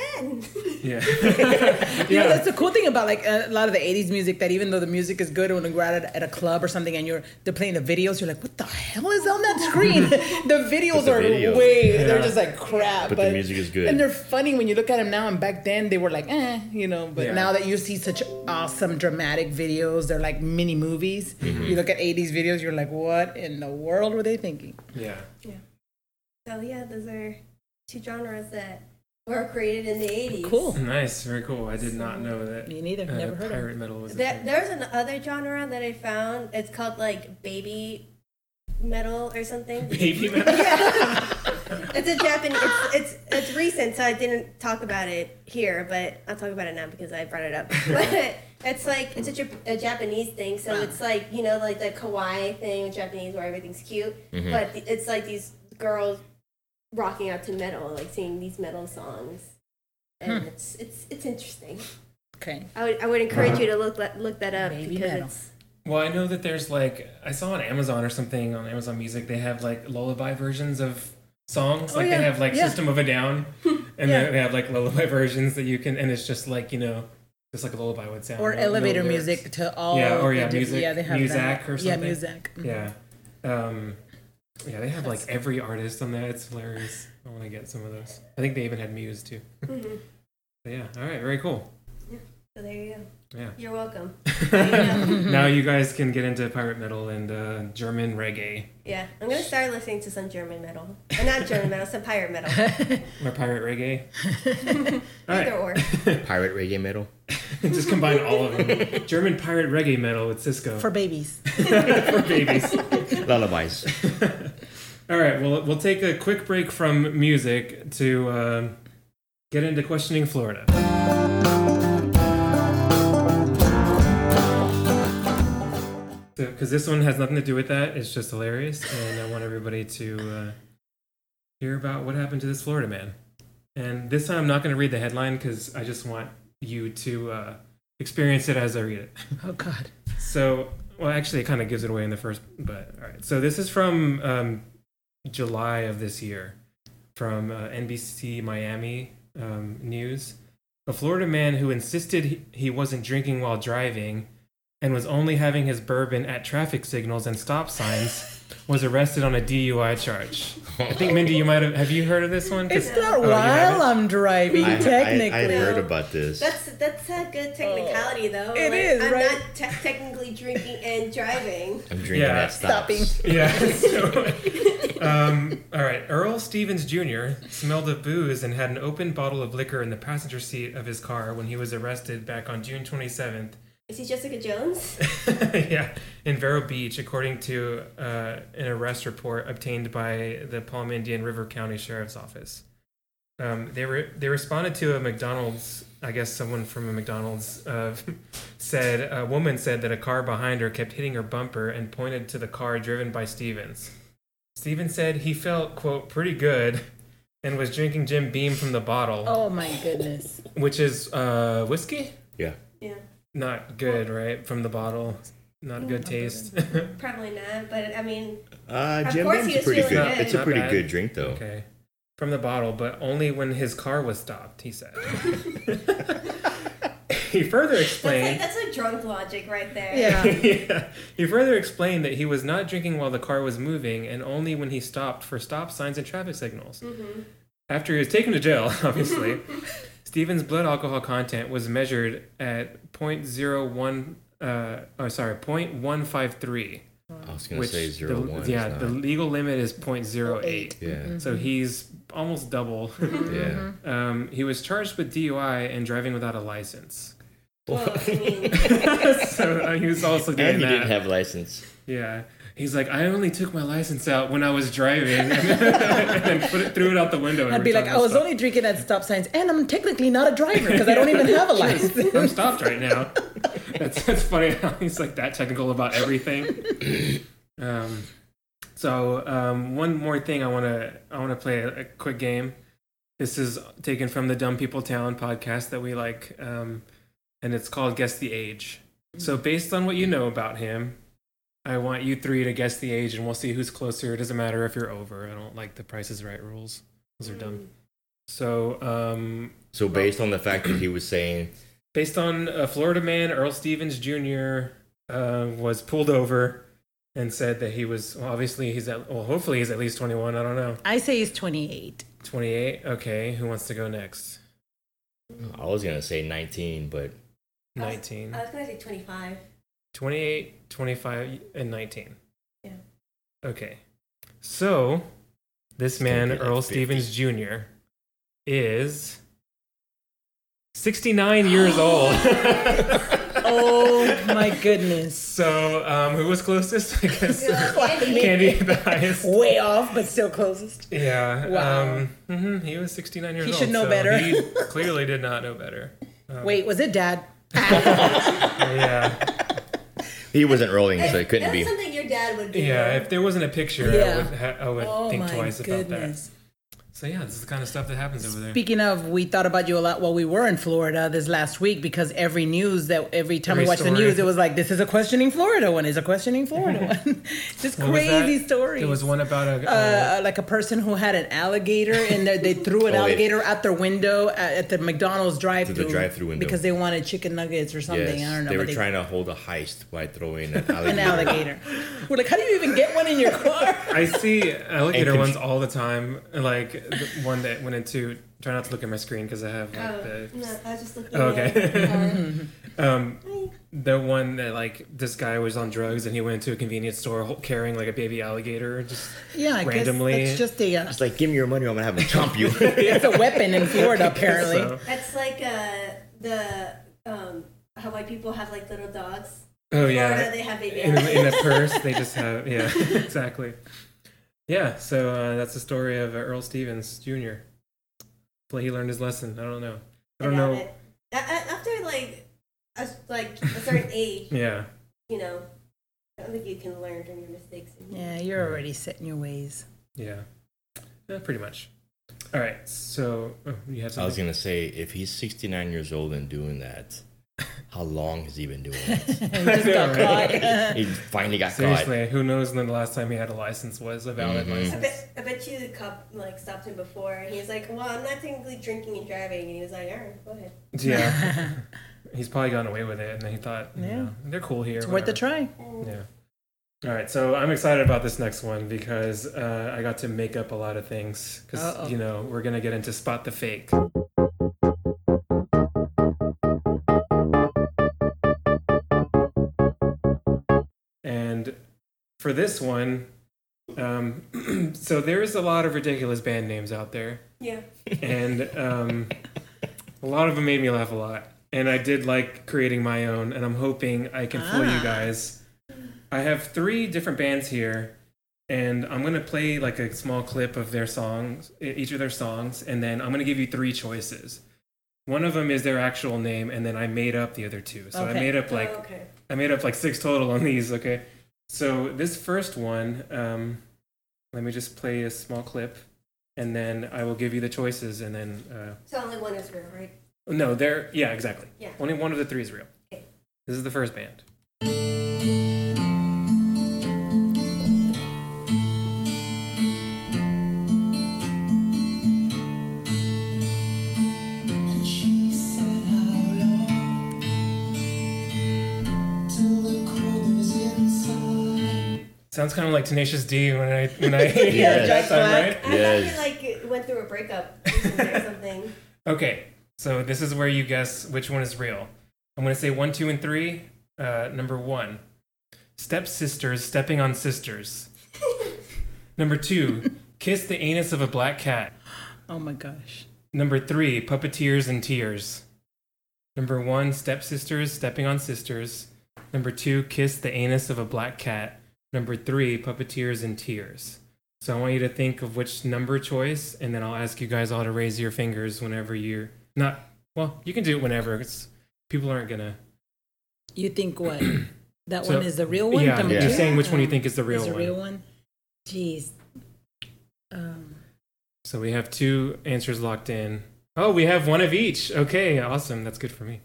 Speaker 2: Yeah.
Speaker 4: You know,
Speaker 2: yeah.
Speaker 4: that's the cool thing about like a lot of the 80s music that even though the music is good when you're out at, at a club or something and you're they're playing the videos you're like what the hell is on that screen the videos
Speaker 5: the
Speaker 4: are
Speaker 5: videos-
Speaker 4: way they're
Speaker 2: Yeah.
Speaker 4: just like crap
Speaker 5: But the music is good.
Speaker 4: and they're funny when you look at them now and back then they were like eh you know but
Speaker 2: Yeah.
Speaker 4: now that you see such awesome dramatic videos they're like mini movies
Speaker 5: Mm-hmm.
Speaker 4: you look at 80s videos you're like what in the world were they thinking
Speaker 2: yeah.
Speaker 3: So yeah, those are two genres that were created in the 80s.
Speaker 4: cool
Speaker 2: Nice. Very cool. I did not know that.
Speaker 4: me neither
Speaker 2: uh,
Speaker 4: never heard of
Speaker 2: pirate
Speaker 4: it
Speaker 2: metal was. a
Speaker 3: There,
Speaker 2: thing.
Speaker 3: there's another genre that I found. It's called like baby metal or something.
Speaker 2: Baby metal.
Speaker 3: It's a Japanese. It's, it's it's recent, so I didn't talk about it here, but I'll talk about it now because I brought it up. But it's like it's a, Jap- a Japanese thing, so it's like you know like the kawaii thing in Japanese where everything's cute,
Speaker 2: Mm-hmm.
Speaker 3: but th- it's like these girls rocking out to metal, like singing these metal songs, and
Speaker 2: Hmm.
Speaker 3: it's it's it's interesting.
Speaker 4: okay
Speaker 3: I would I would encourage you to look that look that up
Speaker 4: Baby
Speaker 3: because
Speaker 4: metal.
Speaker 3: it's
Speaker 2: Well, I know that there's like I saw on Amazon or something on Amazon Music they have like lullaby versions of songs.
Speaker 4: Oh,
Speaker 2: Like
Speaker 4: yeah.
Speaker 2: they have like
Speaker 4: Yeah.
Speaker 2: System of a Down, and
Speaker 4: Yeah.
Speaker 2: then they have like lullaby versions that you can, and it's just like you know, just like a lullaby would sound.
Speaker 4: or
Speaker 2: no- no
Speaker 4: elevator
Speaker 2: lyrics.
Speaker 4: music to all
Speaker 2: Yeah, or
Speaker 4: the
Speaker 2: yeah,
Speaker 4: diff-
Speaker 2: music-
Speaker 4: yeah they have
Speaker 2: Muzak
Speaker 4: that.
Speaker 2: or
Speaker 4: yeah
Speaker 2: something.
Speaker 4: music
Speaker 2: Yeah,
Speaker 3: Mm-hmm.
Speaker 2: um, yeah, they have like every artist on there. It's hilarious. I want to get some of those. I think they even had Muse too.
Speaker 3: Mm-hmm.
Speaker 2: But yeah. All right. Very cool.
Speaker 3: so there you go.
Speaker 2: Yeah.
Speaker 3: You're welcome. I know.
Speaker 2: now you guys can get into pirate metal and uh, German reggae
Speaker 3: Yeah, I'm gonna start listening to some German metal. Uh, not German metal, some pirate metal.
Speaker 2: or pirate reggae. All
Speaker 3: Either
Speaker 2: right.
Speaker 3: or.
Speaker 5: Pirate reggae metal.
Speaker 2: Just combine all of them. German pirate reggae metal with Cisco
Speaker 4: for babies
Speaker 2: for babies.
Speaker 5: Lullabies.
Speaker 2: All right, well, we'll take a quick break from music to uh, get into questioning Florida. Because this one has nothing to do with that. It's just hilarious. And I want everybody to uh, hear about what happened to this Florida man. And this time I'm not going to read the headline because I just want you to uh, experience it as I read it.
Speaker 4: oh god
Speaker 2: So, well, actually, it kind of gives it away in the first, but all right. So, this is from um, July of this year from uh, NBC Miami um, News. A Florida man who insisted he- he wasn't drinking while driving and was only having his bourbon at traffic signals and stop signs was arrested on a DUI charge. I think, Mindy, you might have. Have you heard of this one? 'Cause-
Speaker 4: It's not
Speaker 2: Oh, you
Speaker 4: while
Speaker 2: haven't?
Speaker 4: I'm driving,
Speaker 5: I,
Speaker 4: technically.
Speaker 5: I, I had heard about this.
Speaker 3: That's that's a good
Speaker 2: Oh.
Speaker 3: technicality though.
Speaker 4: It
Speaker 3: It
Speaker 4: is,
Speaker 3: is. I'm
Speaker 4: right?
Speaker 3: not te- technically drinking and driving.
Speaker 5: I'm drinking
Speaker 2: Yeah.
Speaker 5: at stops.
Speaker 4: Stopping.
Speaker 2: Yeah. So, um, all right. Earl Stevens Jr. smelled of booze and had an open bottle of liquor in the passenger seat of his car when he was arrested back on June 27th.
Speaker 3: Is he Jessica Jones?
Speaker 2: yeah, in Vero Beach, according to uh, an arrest report obtained by the Palm Indian River County Sheriff's Office. Um, they were they responded to a McDonald's. I guess someone from a McDonald's uh, said a woman said that a car behind her kept hitting her bumper and pointed to the car driven by Stevens. Stevens said he felt quote pretty good, and was drinking Jim Beam from the bottle,
Speaker 4: Oh my goodness.
Speaker 2: which is uh, whiskey.
Speaker 5: Yeah.
Speaker 3: yeah,
Speaker 2: Not good, right? From the bottle, not good taste.
Speaker 3: probably not. But I mean,
Speaker 5: Uh,
Speaker 3: Of
Speaker 5: Jim
Speaker 3: course
Speaker 5: Beam's
Speaker 3: he
Speaker 5: a
Speaker 3: was
Speaker 5: pretty good.
Speaker 3: feeling good.
Speaker 5: It's a
Speaker 2: Not
Speaker 5: pretty
Speaker 2: bad.
Speaker 5: good drink though.
Speaker 2: Okay. From the bottle, but only when his car was stopped, he said. he further
Speaker 3: that's like
Speaker 2: explained
Speaker 3: that's like drunk logic right there.
Speaker 4: Yeah.
Speaker 2: yeah. He further explained that he was not drinking while the car was moving and only when he stopped for stop signs and traffic signals.
Speaker 3: Mm-hmm.
Speaker 2: After he was taken to jail, obviously, Stephen's blood alcohol content was measured at 0.01, uh, oh, sorry, 0.153.
Speaker 5: I was gonna say zero
Speaker 2: the,
Speaker 5: one. is
Speaker 2: Yeah,
Speaker 5: not-
Speaker 2: the Mm-hmm. legal limit is 0.08.
Speaker 5: yeah.
Speaker 2: So
Speaker 3: Mm-hmm.
Speaker 2: he's almost double.
Speaker 5: Yeah.
Speaker 2: Um, he was charged with DUI and driving without a license.
Speaker 3: Well, Oh, I mean,
Speaker 2: so uh, he was also doing
Speaker 5: And he
Speaker 2: that.
Speaker 5: didn't have license.
Speaker 2: yeah, he's like, I only took my license out when I was driving, and then put it, threw it out the window. and
Speaker 4: I'd be like,
Speaker 2: returned
Speaker 4: I
Speaker 2: the
Speaker 4: was
Speaker 2: stuff.
Speaker 4: only drinking at stop signs, and I'm technically not a driver because I don't even have a license.
Speaker 2: I'm stopped right now. That's, that's funny how he's like that technical about everything. Um, so um, one more thing I want to I want to play a, a quick game. This is taken from the Dumb People Town podcast that we like, um, and it's called Guess the Age. So based on what you know about him, I want you three to guess the age, and we'll see who's closer. It doesn't matter if you're over. I don't like the Price is Right rules. Those are dumb. So, um,
Speaker 5: So based on the fact that he was saying,
Speaker 2: based on a Florida man, Earl Stevens Jr. Uh, was pulled over and said that he was well, obviously he's at well, hopefully he's at least 21. I don't know.
Speaker 4: I say he's 28.
Speaker 2: 28. Okay, who wants to go next?
Speaker 5: I was gonna say 19, but
Speaker 3: Uh,
Speaker 2: 19,
Speaker 3: I was gonna say 25.
Speaker 2: 28, 25, and 19.
Speaker 3: Yeah.
Speaker 2: Okay, so this
Speaker 5: gonna
Speaker 2: man
Speaker 5: be like
Speaker 2: Earl
Speaker 5: 50.
Speaker 2: Stevens Jr. is 69 years old.
Speaker 4: Oh my goodness.
Speaker 2: So, um, who was closest? I guess Candy
Speaker 4: Candy.
Speaker 2: the highest.
Speaker 4: Way off, but still closest.
Speaker 2: Yeah.
Speaker 4: Wow.
Speaker 2: Um, mhm, he was 69 years
Speaker 4: He
Speaker 2: old.
Speaker 4: should know
Speaker 2: so
Speaker 4: better.
Speaker 2: He clearly did not know better.
Speaker 4: Wait, was it dad?
Speaker 2: Yeah.
Speaker 5: he wasn't rolling, so it couldn't
Speaker 3: That's
Speaker 5: be.
Speaker 3: something your dad would do.
Speaker 2: Yeah. If there wasn't a picture,
Speaker 4: Yeah.
Speaker 2: I would, ha- I would
Speaker 4: Oh
Speaker 2: think
Speaker 4: my
Speaker 2: twice about
Speaker 4: goodness.
Speaker 2: that. So, yeah, this is the kind of stuff that happens over there.
Speaker 4: Speaking of, we thought about you a lot while we were in Florida this last week because every news that every time
Speaker 2: Every
Speaker 4: we watched the
Speaker 2: story.
Speaker 4: news, it was like, this is a questioning Florida one, is a questioning Florida one. Just
Speaker 2: What was that?
Speaker 4: crazy stories.
Speaker 2: There was one about a. Uh,
Speaker 4: uh, like a person who had an alligator and they, they threw an
Speaker 5: Oh, wait.
Speaker 4: alligator out their window at, at the McDonald's drive-through,
Speaker 5: drive-thru window.
Speaker 4: because they wanted chicken nuggets or something. I don't
Speaker 5: Yes,
Speaker 4: know.
Speaker 5: they
Speaker 4: but
Speaker 5: were trying to hold a heist by throwing an
Speaker 4: an
Speaker 5: alligator.
Speaker 4: alligator. we're like, how do you even get one in your car?
Speaker 2: I see alligator
Speaker 5: And
Speaker 2: ones all the time. Like the one that went into. Try not to look at my screen because I have like,
Speaker 3: Oh,
Speaker 2: the.
Speaker 3: no, I was just looking.
Speaker 2: Oh,
Speaker 3: at
Speaker 2: okay. um,
Speaker 3: Hi.
Speaker 4: Mm-hmm.
Speaker 2: the one that like this guy was on drugs and he went into a convenience store hol- carrying like a baby alligator. Just
Speaker 4: Yeah, I
Speaker 2: Randomly.
Speaker 4: guess it's just a uh,
Speaker 5: It's like, give me your money, I'm gonna have them chomp you.
Speaker 4: it's a weapon in Florida apparently.
Speaker 2: so-
Speaker 3: That's like uh, the um, how white people have like little dogs.
Speaker 2: Oh
Speaker 3: Florida,
Speaker 2: yeah,
Speaker 3: they have baby.
Speaker 2: in,
Speaker 3: animals.
Speaker 2: in a purse they just have yeah exactly. Yeah, so uh, that's the story of uh, Earl Stevens Jr. But he learned his lesson. I don't know. I don't
Speaker 3: doubt
Speaker 2: know.
Speaker 3: it. A- a- After like a, s- like a certain age,
Speaker 2: Yeah,
Speaker 3: you know, I don't think you can learn from your mistakes.
Speaker 4: Yeah, you're already set in your ways.
Speaker 2: yeah, yeah, pretty much. All right, so oh, you have
Speaker 5: I was
Speaker 2: something.
Speaker 5: gonna say, if he's 69 years old and doing that, how long has he been doing that?
Speaker 4: You just got caught.
Speaker 5: he finally got
Speaker 2: Seriously, who knows when the last time he had a license was a valid
Speaker 5: Mhm.
Speaker 3: I
Speaker 2: license?
Speaker 3: bet, I bet you the cop like stopped him before, and he was like, "Well, I'm not technically drinking and driving," and he was like, "All right, go ahead."
Speaker 2: Yeah, he's probably gotten away with it, and then he thought, yeah,
Speaker 4: Yeah.
Speaker 2: they're cool here.
Speaker 4: It's worth a
Speaker 2: whatever.
Speaker 4: try.
Speaker 2: Yeah. All right, so I'm excited about this next one because uh, I got to make up a lot of things
Speaker 4: Uh-oh.
Speaker 2: because you know we're gonna get into spot the fake. And for this one, um, so there is a lot of ridiculous band names out there
Speaker 3: Yeah.
Speaker 2: and um, a lot of them made me laugh a lot. And I did like creating my own, and I'm hoping I can fool you guys. I have three different bands here, and I'm gonna play like a small clip of their songs, e- each of their songs, and then I'm gonna give you three choices. One of them is their actual name, and then I made up the other two. So I
Speaker 4: Okay.
Speaker 2: made up like
Speaker 3: oh, okay.
Speaker 2: I made up like six total on these. Okay, so this first one, um, let me just play a small clip, and then I will give you the choices, and then uh,
Speaker 3: So only one is real, right?
Speaker 2: no, there. Yeah, exactly.
Speaker 3: Yeah.
Speaker 2: Only one of the three is real.
Speaker 3: Okay.
Speaker 2: This is the first band. Sounds kind of like Tenacious D when I when I hear it that
Speaker 4: Jack
Speaker 2: time,
Speaker 4: Black.
Speaker 2: right?
Speaker 5: Yes.
Speaker 3: I thought you like went through a breakup recently or something.
Speaker 2: Okay, so this is where you guess which one is real. I'm going to say one, two, and three. Uh, number one, stepsisters stepping on sisters. number two, kiss the anus of a black cat.
Speaker 4: Oh my gosh.
Speaker 2: Number three, puppeteers and tears. Number one, stepsisters stepping on sisters. Number two, kiss the anus of a black cat. Number three, puppeteers and tears. So I want you to think of which number choice, and then I'll ask you guys all to raise your fingers whenever you're not. Well, you can do it whenever. It's people aren't gonna.
Speaker 4: You think what? That
Speaker 2: So-
Speaker 4: one is the real one?
Speaker 2: Yeah,
Speaker 4: Number
Speaker 2: you're
Speaker 4: two?
Speaker 2: saying which one you think is the real
Speaker 4: Is the
Speaker 2: one.
Speaker 4: real one? Jeez. Um,
Speaker 2: So we have two answers locked in. Oh, we have one of each. Okay, awesome. That's good for me.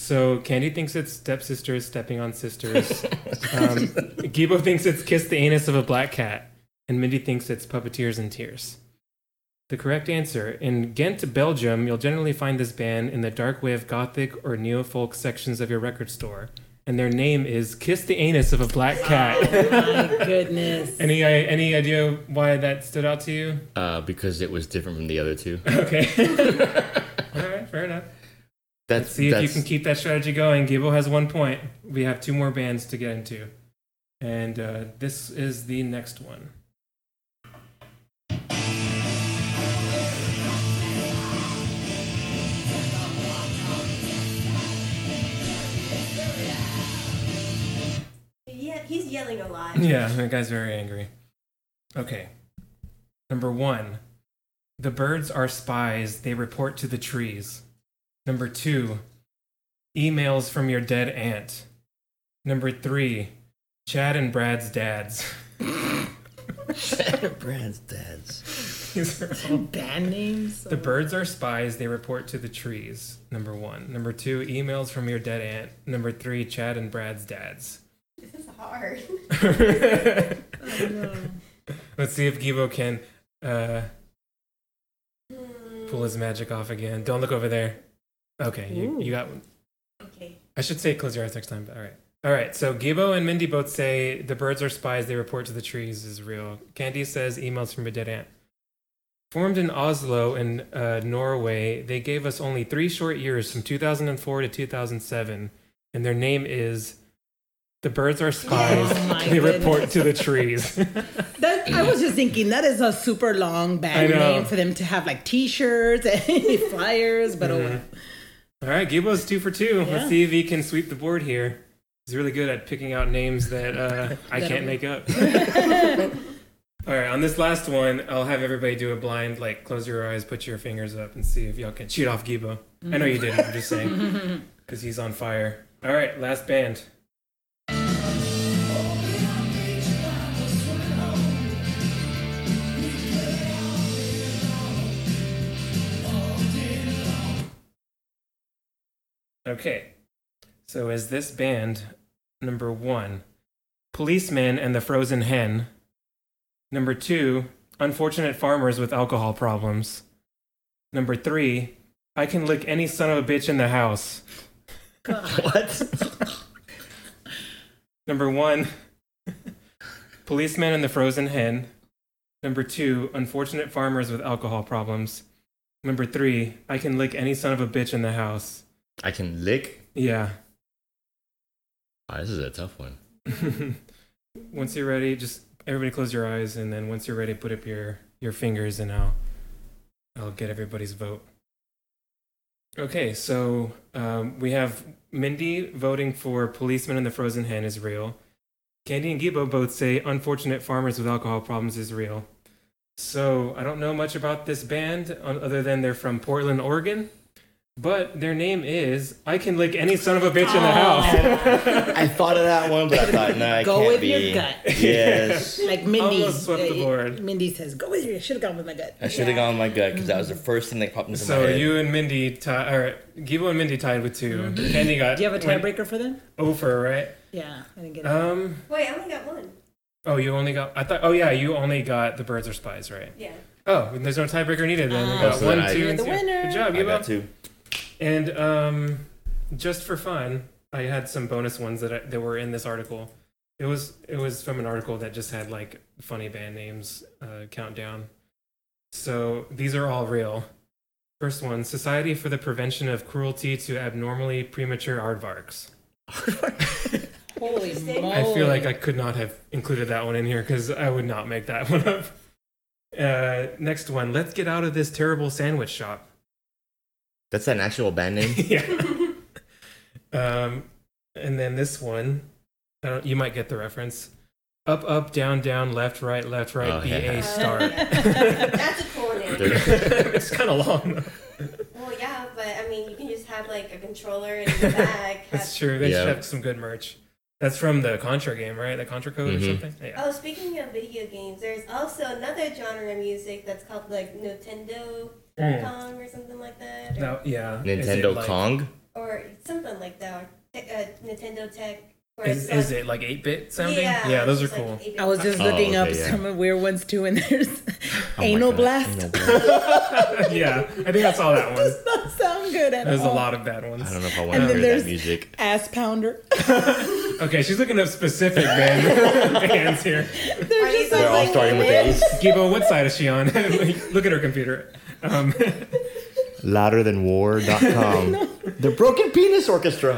Speaker 2: So Candy thinks it's stepsisters stepping on sisters. um, Gibo thinks it's kiss the anus of a black cat, and Mindy thinks it's puppeteers and tears. The correct answer. In Ghent, Belgium, you'll generally find this band in the dark wave gothic or neo folk sections of your record store. And their name is Kiss the Anus of a Black Cat.
Speaker 4: My goodness.
Speaker 2: any any idea why that stood out to you?
Speaker 5: Uh, because it was different from the other two.
Speaker 2: Okay. All right, fair enough.
Speaker 5: That's
Speaker 2: See if
Speaker 5: that's
Speaker 2: you can keep that strategy going. Gable has one point. We have two more bands to get into. And uh, this is the next one.
Speaker 3: Yeah, he's yelling a lot.
Speaker 2: Yeah, that guy's very angry. Okay. Number one, the birds are spies. They report to the trees. Number two, emails from your dead aunt. Number three, Chad and Brad's dads.
Speaker 5: Brad's dad's.
Speaker 2: These are all
Speaker 4: Oh, Band names.
Speaker 2: The birds are spies. They report to the trees. Number one. Number two. Emails from your dead aunt. Number three. Chad and Brad's dads.
Speaker 3: This is hard.
Speaker 2: Let's see if Gibo can uh,
Speaker 3: Hmm,
Speaker 2: pull his magic off again. Don't look over there. Okay, you, you got. one.
Speaker 3: okay.
Speaker 2: I should say close your eyes next time. But all right. All right. So Gibo and Mindy both say the birds are spies. They report to the trees is real. Candy says emails from a dead aunt. Formed in Oslo in uh, Norway, they gave us only three short years from 2004 to 2007, and their name is The Birds Are Spies.
Speaker 4: Oh my
Speaker 2: they report
Speaker 4: goodness.
Speaker 2: to the trees.
Speaker 4: That, I was just thinking that is a super long band
Speaker 2: I know.
Speaker 4: name for them to have like T-shirts and flyers, but oh well.
Speaker 2: All right, Gibbo's two for two. Let's
Speaker 4: Yeah.
Speaker 2: see if he can sweep the board here. He's really good at picking out names that uh, I can't make up. All right, on this last one, I'll have everybody do a blind, like close your eyes, put your fingers up, and see if y'all can cheat off Gibbo. I know you didn't. I'm just saying because he's on fire. All right, last band. Okay. So is this band number one, Policeman and the Frozen Hen? Number two, Unfortunate Farmers with Alcohol Problems. Number three, I Can Lick Any Son of a Bitch in the House.
Speaker 5: What?
Speaker 2: Number one, Policeman and the Frozen Hen. Number two, Unfortunate Farmers with Alcohol Problems. Number three, I Can Lick Any Son of a Bitch in the House.
Speaker 5: I can lick.
Speaker 2: Yeah.
Speaker 5: Wow, this is a tough one.
Speaker 2: once you're ready, just everybody close your eyes, and then once you're ready, put up your your fingers, and I'll I'll get everybody's vote. Okay, so um, we have Mindy voting for policeman and the frozen hen is real. Candy and Gibo both say unfortunate farmers with alcohol problems is real. So I don't know much about this band o- other than they're from Portland, Oregon, but their name is I can lick any son of a bitch in the house.
Speaker 5: I thought of that one, but I thought, no, I
Speaker 4: Go
Speaker 5: can't
Speaker 4: with
Speaker 5: be.
Speaker 4: your gut.
Speaker 5: Yes.
Speaker 4: Like Mindy, eh,
Speaker 2: Almost swept the board.
Speaker 4: Mindy says, "Go with your." I should have gone with my gut.
Speaker 5: I should have gone with my gut because that was the
Speaker 4: Mm.
Speaker 5: first thing that popped into my
Speaker 2: So
Speaker 5: head.
Speaker 2: you and Mindy tied, or Gibo and Mindy tied with 2 Candy got.
Speaker 4: Mm-hmm. Do you have a
Speaker 2: went
Speaker 4: tiebreaker for them?
Speaker 2: Over, right?
Speaker 4: Yeah, I didn't get it.
Speaker 2: Um.
Speaker 3: Wait, I only got one.
Speaker 2: Oh, you only got. I thought. Oh yeah, you only got the birds are spies, right?
Speaker 3: Yeah.
Speaker 2: Oh, there's no tiebreaker needed. Then we
Speaker 5: Oh,
Speaker 2: got
Speaker 5: so
Speaker 2: one,
Speaker 5: then I-
Speaker 2: two,
Speaker 5: You're
Speaker 2: and
Speaker 4: Ah. the
Speaker 2: two.
Speaker 4: winner.
Speaker 2: Good job,
Speaker 5: I got
Speaker 2: Gibo.
Speaker 5: two.
Speaker 2: And um, just for fun, I had some bonus ones that I, that were in this article. It was it was from an article that just had like funny band names uh, countdown. So these are all real. First one: Society for the Prevention of Cruelty to Abnormally Premature Aardvarks.
Speaker 4: Holy moly!
Speaker 2: I feel like I could not have included that one in here because I would not make that one up. Uh, next one: Let's get out of this terrible sandwich shop.
Speaker 5: That's an actual band name.
Speaker 2: yeah. um, and then this one, I don't, you might get the reference. Up, up, down, down, left, right, left, right,
Speaker 5: Oh,
Speaker 2: B, A,
Speaker 5: yeah.
Speaker 2: star.
Speaker 3: Uh, That's a cool name.
Speaker 2: it's kind of long. though.
Speaker 3: Well, yeah, but I mean, you can just have like a controller in the back.
Speaker 2: That's
Speaker 3: have-
Speaker 2: true. They should
Speaker 5: Yeah.
Speaker 2: have some good merch. That's from the Contra game, right? The Contra code or
Speaker 5: Mhm.
Speaker 2: something. Yeah.
Speaker 3: Oh, speaking of video games, there's also another genre of music that's called like Nintendo
Speaker 2: Mm.
Speaker 3: Kong or something like that,
Speaker 2: No, yeah. Is it
Speaker 5: Nintendo
Speaker 2: like-
Speaker 5: Kong. Oh
Speaker 3: or something like that. Or, te- uh, Nintendo Tech Where
Speaker 2: Is,
Speaker 3: it's like-
Speaker 2: is it like eight bit sounding?
Speaker 3: Yeah,
Speaker 2: yeah those are
Speaker 3: it's like
Speaker 2: cool.
Speaker 3: 8-bit
Speaker 4: I was just
Speaker 5: Oh,
Speaker 4: looking up
Speaker 5: okay, yeah.
Speaker 4: some weird ones too, and there's
Speaker 5: Oh my
Speaker 4: anal
Speaker 5: God,
Speaker 4: blast.
Speaker 5: anal blast.
Speaker 2: yeah, I think I saw that one.
Speaker 4: Does not sound good at
Speaker 2: There's a
Speaker 4: all.
Speaker 2: lot of bad ones.
Speaker 5: I don't know if I want
Speaker 4: And
Speaker 5: to
Speaker 4: then
Speaker 5: hear
Speaker 4: there's
Speaker 5: that music.
Speaker 4: ass pounder.
Speaker 2: Okay, she's looking up specific band bands here.
Speaker 4: They're just
Speaker 5: They're all
Speaker 4: like,
Speaker 5: starting with A's.
Speaker 2: Gibo, what side is she on? Like, Look at her computer. Um,
Speaker 5: Louderthanwar.com. The Broken Penis Orchestra.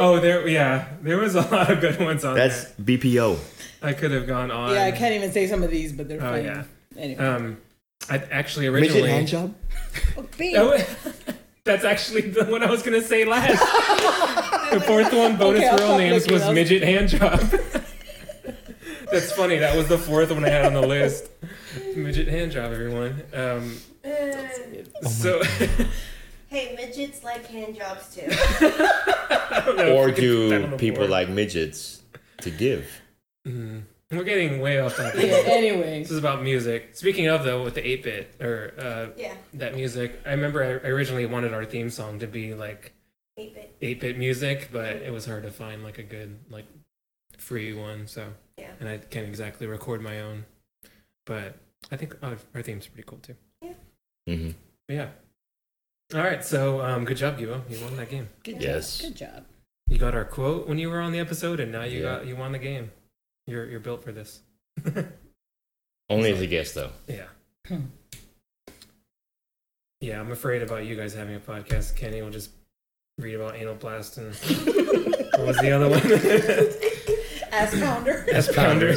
Speaker 2: oh, there, yeah, there was a lot of good ones on
Speaker 5: That's BPO.
Speaker 2: there. I could have gone on.
Speaker 4: yeah, I can't even say some of these, but they're
Speaker 2: Oh,
Speaker 4: funny.
Speaker 2: yeah.
Speaker 4: Anyway,
Speaker 2: Um, I actually
Speaker 5: Midget
Speaker 2: originally.
Speaker 5: handjob.
Speaker 4: Bing.
Speaker 2: Oh, that's actually the one I was gonna say last. the fourth one, bonus
Speaker 4: Okay, I'll
Speaker 2: real
Speaker 4: stop
Speaker 2: names,
Speaker 4: looking.
Speaker 2: was
Speaker 4: I'll-
Speaker 2: midget hand job. that's funny. That was the fourth one I had on the list. Midget hand job, everyone. Um,
Speaker 3: Uh,
Speaker 5: Oh
Speaker 2: so
Speaker 3: hey, midgets like hand jobs too.
Speaker 5: Or
Speaker 2: that on
Speaker 5: do
Speaker 2: the
Speaker 5: people
Speaker 2: board. Mm-hmm.
Speaker 5: like midgets to give?
Speaker 2: we're getting way off topic.
Speaker 4: Yeah, anyway,
Speaker 2: This is about music. Speaking of though, with the eight bit or uh,
Speaker 3: Yeah,
Speaker 2: that music, I remember I I originally wanted our theme song to be like
Speaker 3: 8-bit.
Speaker 2: eight bit music, but it was hard to find like a good like free one. So
Speaker 3: Yeah.
Speaker 2: and I can't exactly record my own, but I think our, our theme's pretty cool too.
Speaker 5: hmm
Speaker 2: But yeah. All right, so um, good job, Guo. You won that game.
Speaker 4: good
Speaker 5: Yes.
Speaker 4: job. Good job.
Speaker 2: You got our quote when you were on the episode, and now you
Speaker 5: Yeah.
Speaker 2: got you won the game. You're you're built for this.
Speaker 5: Only as a guest, though.
Speaker 2: Yeah.
Speaker 4: Hmm.
Speaker 2: Yeah, I'm afraid about you guys having a podcast. Kenny will just read about anal blast and what was the other one?
Speaker 4: Ass pounder.
Speaker 2: S pounder.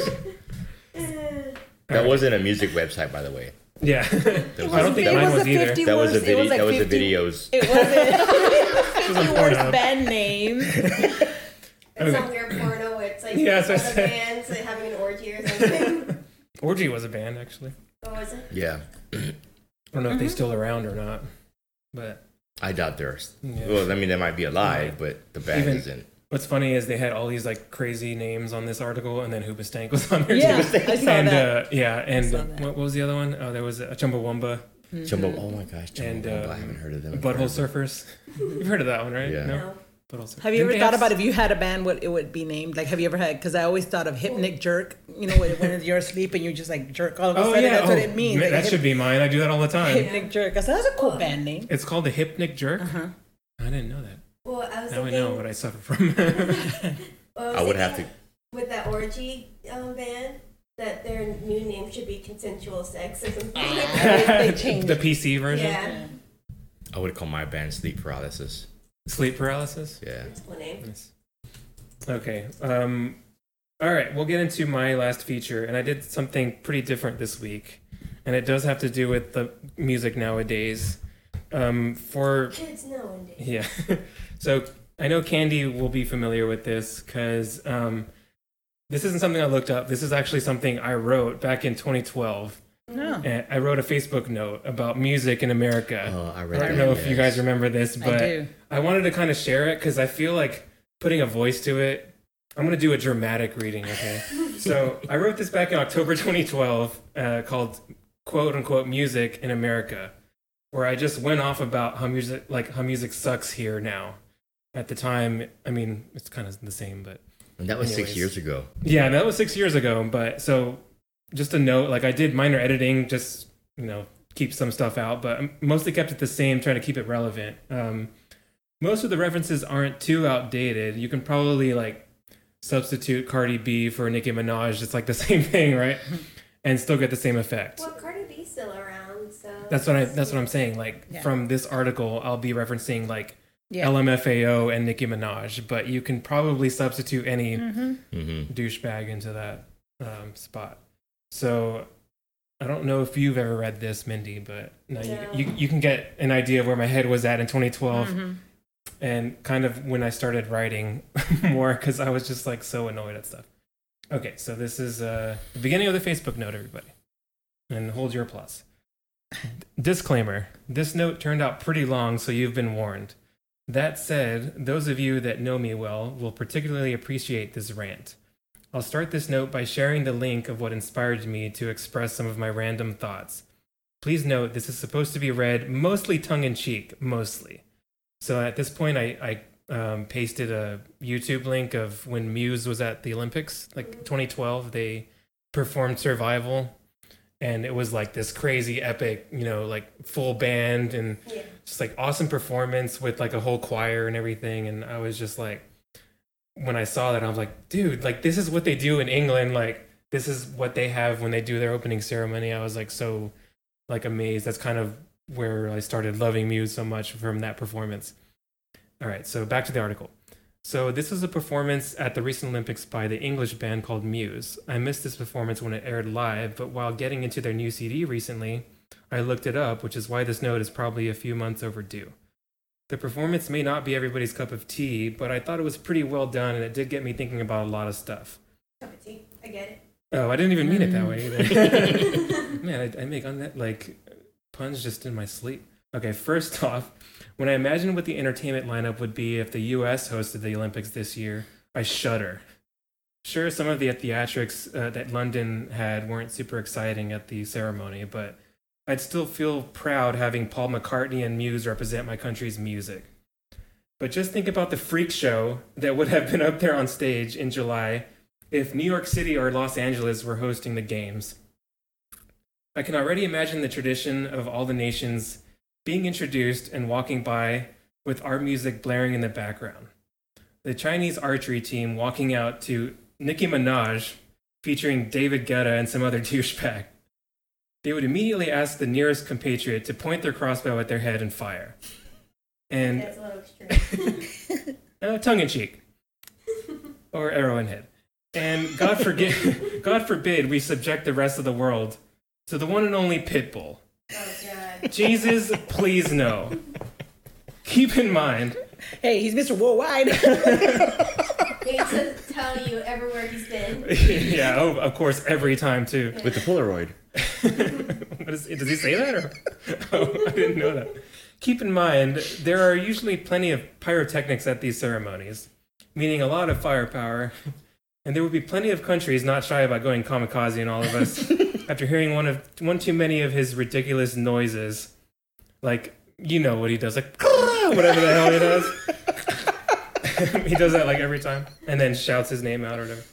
Speaker 5: That wasn't a music website, by the way.
Speaker 2: Yeah.
Speaker 5: was-
Speaker 2: I don't think
Speaker 5: that
Speaker 2: mine
Speaker 5: was
Speaker 2: was either.
Speaker 5: That was a
Speaker 4: words- it
Speaker 5: video.
Speaker 4: was like
Speaker 5: that was the
Speaker 4: 50
Speaker 5: videos.
Speaker 4: It wasn't
Speaker 2: on
Speaker 4: 50 worst
Speaker 2: Pornhub.
Speaker 4: band names.
Speaker 3: It's some weird porno where it's like
Speaker 2: Yeah,
Speaker 3: yeah,
Speaker 2: that's what I
Speaker 3: other
Speaker 2: said.
Speaker 3: bands like, having an orgy or something.
Speaker 2: Orgy was a band, actually.
Speaker 3: what was it?
Speaker 5: Yeah,
Speaker 2: I don't know
Speaker 4: Mm-hmm.
Speaker 2: if they're still around or not, but
Speaker 5: I doubt there's.
Speaker 2: Yeah.
Speaker 5: Well, I mean, they might be alive, but the band
Speaker 2: Even-
Speaker 5: isn't.
Speaker 2: what's funny is they had all these like crazy names on this article, and then Hoobastank was on there.
Speaker 4: Yeah,
Speaker 2: too.
Speaker 4: I saw
Speaker 2: and
Speaker 4: that.
Speaker 2: uh, yeah, and
Speaker 4: saw that.
Speaker 2: what, what was the other one? Oh, there was a Chumbawamba,
Speaker 4: Mm-hmm.
Speaker 5: Jumbo. Oh my gosh, Jumbo.
Speaker 2: And,
Speaker 5: Wamba,
Speaker 2: um,
Speaker 5: I haven't heard of them. in
Speaker 2: Butthole
Speaker 5: forever.
Speaker 2: Surfers. You've heard of that one, right?
Speaker 5: Yeah.
Speaker 2: No.
Speaker 3: No.
Speaker 2: Butthole Surfers.
Speaker 4: Have you ever thought about if you had a band, what it would be named? Like, have you ever had? Because I always thought of hypnic jerk. You know, when, when you're asleep and you just like jerk all of a
Speaker 2: Oh
Speaker 4: sudden.
Speaker 2: yeah,
Speaker 4: That's what
Speaker 2: Oh,
Speaker 4: it means.
Speaker 2: man,
Speaker 4: like,
Speaker 2: that
Speaker 4: hyp-
Speaker 2: should be mine. I do that all the time.
Speaker 4: hypnic jerk. I said that's a cool band name.
Speaker 2: It's called the hypnic jerk.
Speaker 4: Uh-huh.
Speaker 2: I didn't know that.
Speaker 3: Well, I was
Speaker 2: Now I
Speaker 3: thinking.
Speaker 2: know what I suffer from.
Speaker 3: well, was
Speaker 5: I would have to.
Speaker 3: thinking With that orgy um, band, that their new name should be consensual sex or something. like
Speaker 2: Ah.
Speaker 3: that.
Speaker 4: They, they changed.
Speaker 2: the PC version.
Speaker 3: yeah,
Speaker 5: I would call my band Sleep Paralysis.
Speaker 2: Sleep paralysis.
Speaker 5: Yeah.
Speaker 3: that's a cool name.
Speaker 2: Nice. Okay. Um, all right, we'll get into my last feature, and I did something pretty different this week, and it does have to do with the music nowadays. Um, for
Speaker 3: Kids know indeed.
Speaker 2: yeah, so I know Candy will be familiar with this because um, this isn't something I looked up. This is actually something I wrote back in 2012.
Speaker 4: No.
Speaker 2: And I wrote a Facebook note about music in America.
Speaker 5: Oh, I
Speaker 2: I
Speaker 5: read.
Speaker 2: don't
Speaker 5: that,
Speaker 2: know if you
Speaker 5: yes.
Speaker 2: guys remember this,
Speaker 4: I
Speaker 2: but
Speaker 4: do.
Speaker 2: I wanted to kind of share it because I feel like putting a voice to it. I'm going to do a dramatic reading, okay? so I wrote this back in October 2012 uh, called quote unquote music in America, where I just went off about how music, like how music sucks here now. At the time, I mean, it's kind of the same, but
Speaker 5: And that was six
Speaker 2: Anyways.
Speaker 5: years ago.
Speaker 2: yeah, that was six years ago. But so, just a note, like I did minor editing, just you know, keep some stuff out, but I mostly kept it the same, trying to keep it relevant. Um, most of the references aren't too outdated. You can probably like substitute Cardi B for Nicki Minaj. It's like the same thing, right? And still get the same effect.
Speaker 3: Well, Cardi B's still around, so
Speaker 2: That's what I. That's what I'm saying. Like
Speaker 4: Yeah.
Speaker 2: from this article, I'll be referencing like
Speaker 4: Yeah.
Speaker 2: LMFAO and Nicki Minaj, but you can probably substitute any
Speaker 4: Mm-hmm.
Speaker 5: hmm
Speaker 2: douchebag into that um, spot. So I don't know if you've ever read this, Mindy, but now
Speaker 3: No.
Speaker 2: you, you you can get an idea of where my head was at in 2012
Speaker 4: Mm-hmm.
Speaker 2: and kind of when I started writing more because I was just like so annoyed at stuff. Okay, so this is uh, the beginning of the Facebook note, everybody, and hold your applause. Disclaimer: This note turned out pretty long, so you've been warned. That said, those of you that know me well will particularly appreciate this rant. I'll start this note by sharing the link of what inspired me to express some of my random thoughts. Please note this is supposed to be read mostly tongue in cheek, mostly. So at this point, I, I um, pasted a YouTube link of when Muse was at the Olympics, like 2012. They performed Survival, and it was like this crazy epic, you know, like full band and
Speaker 3: Yeah.
Speaker 2: just like awesome performance with like a whole choir and everything. And I was just like, when I saw that, I was like, dude, like this is what they do in England. Like this is what they have when they do their opening ceremony. I was like so like amazed. That's kind of where I started loving Muse so much from that performance. All right, so back to the article. So this was a performance at the recent Olympics by the English band called Muse. I missed this performance when it aired live, but while getting into their new CD recently, I looked it up, which is why this note is probably a few months overdue. The performance may not be everybody's cup of tea, but I thought it was pretty well done and it did get me thinking about a lot of stuff.
Speaker 3: Cup of tea. I get it.
Speaker 2: Oh, I didn't even mean it that way either. Man, I, I make on that like puns just in my sleep. Okay, first off, when I imagine what the entertainment lineup would be if the U.S. hosted the Olympics this year, I shudder. Sure, some of the theatrics uh, that London had weren't super exciting at the ceremony, but I'd still feel proud having Paul McCartney and Muse represent my country's music. But just think about the freak show that would have been up there on stage in July if New York City or Los Angeles were hosting the games. I can already imagine the tradition of all the nations being introduced and walking by with our music blaring in the background. The Chinese archery team walking out to Nicki Minaj featuring David Guetta and some other douchebag. They would immediately ask the nearest compatriot to point their crossbow at their head and fire. And
Speaker 3: That's a little extreme.
Speaker 2: uh, tongue in cheek, or arrow in head. And God forgive, God forbid, we subject the rest of the world to the one and only pit bull.
Speaker 3: oh god.
Speaker 2: Jesus, please no. Keep in mind,
Speaker 4: Hey, he's Mr. Worldwide.
Speaker 3: They just tell you everywhere he's been.
Speaker 2: yeah, oh, of course, every time too.
Speaker 5: With the Polaroid.
Speaker 2: What is, does he say that? Or? Oh, I didn't know that. Keep in mind, there are usually plenty of pyrotechnics at these ceremonies, meaning a lot of firepower, and there would be plenty of countries not shy about going kamikaze and all of us after hearing one of one too many of his ridiculous noises, like you know what he does, like whatever the hell he does. he does that like every time, and then shouts his name out or whatever.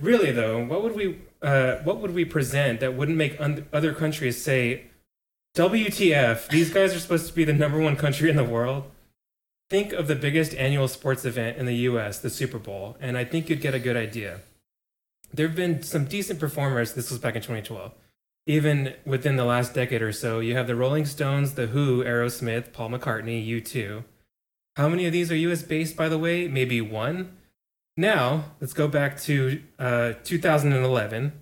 Speaker 2: Really though, what would we uh, what would we present that wouldn't make un- other countries say, "WTF? These guys are supposed to be the number one country in the world." Think of the biggest annual sports event in the U.S., the Super Bowl, and I think you'd get a good idea. There have been some decent performers. This was back in 2012. Even within the last decade or so, you have the Rolling Stones, The Who, Aerosmith, Paul McCartney, U2. How many of these are U.S. based, by the way? Maybe one. Now, let's go back to uh, 2011.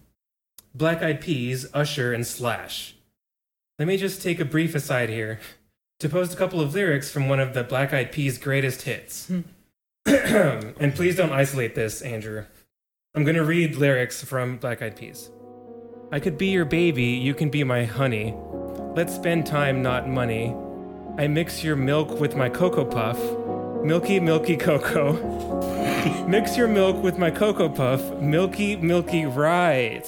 Speaker 2: Black Eyed Peas, Usher, and Slash. Let me just take a brief aside here to post a couple of lyrics from one of the Black Eyed Peas' greatest hits. and please don't isolate this, Andrew. I'm going to read lyrics from Black Eyed Peas. I could be your baby, you can be my honey. Let's spend time, not money. I mix your milk with my cocoa puff. Milky, milky cocoa. Mix your milk with my cocoa puff, milky, milky, right.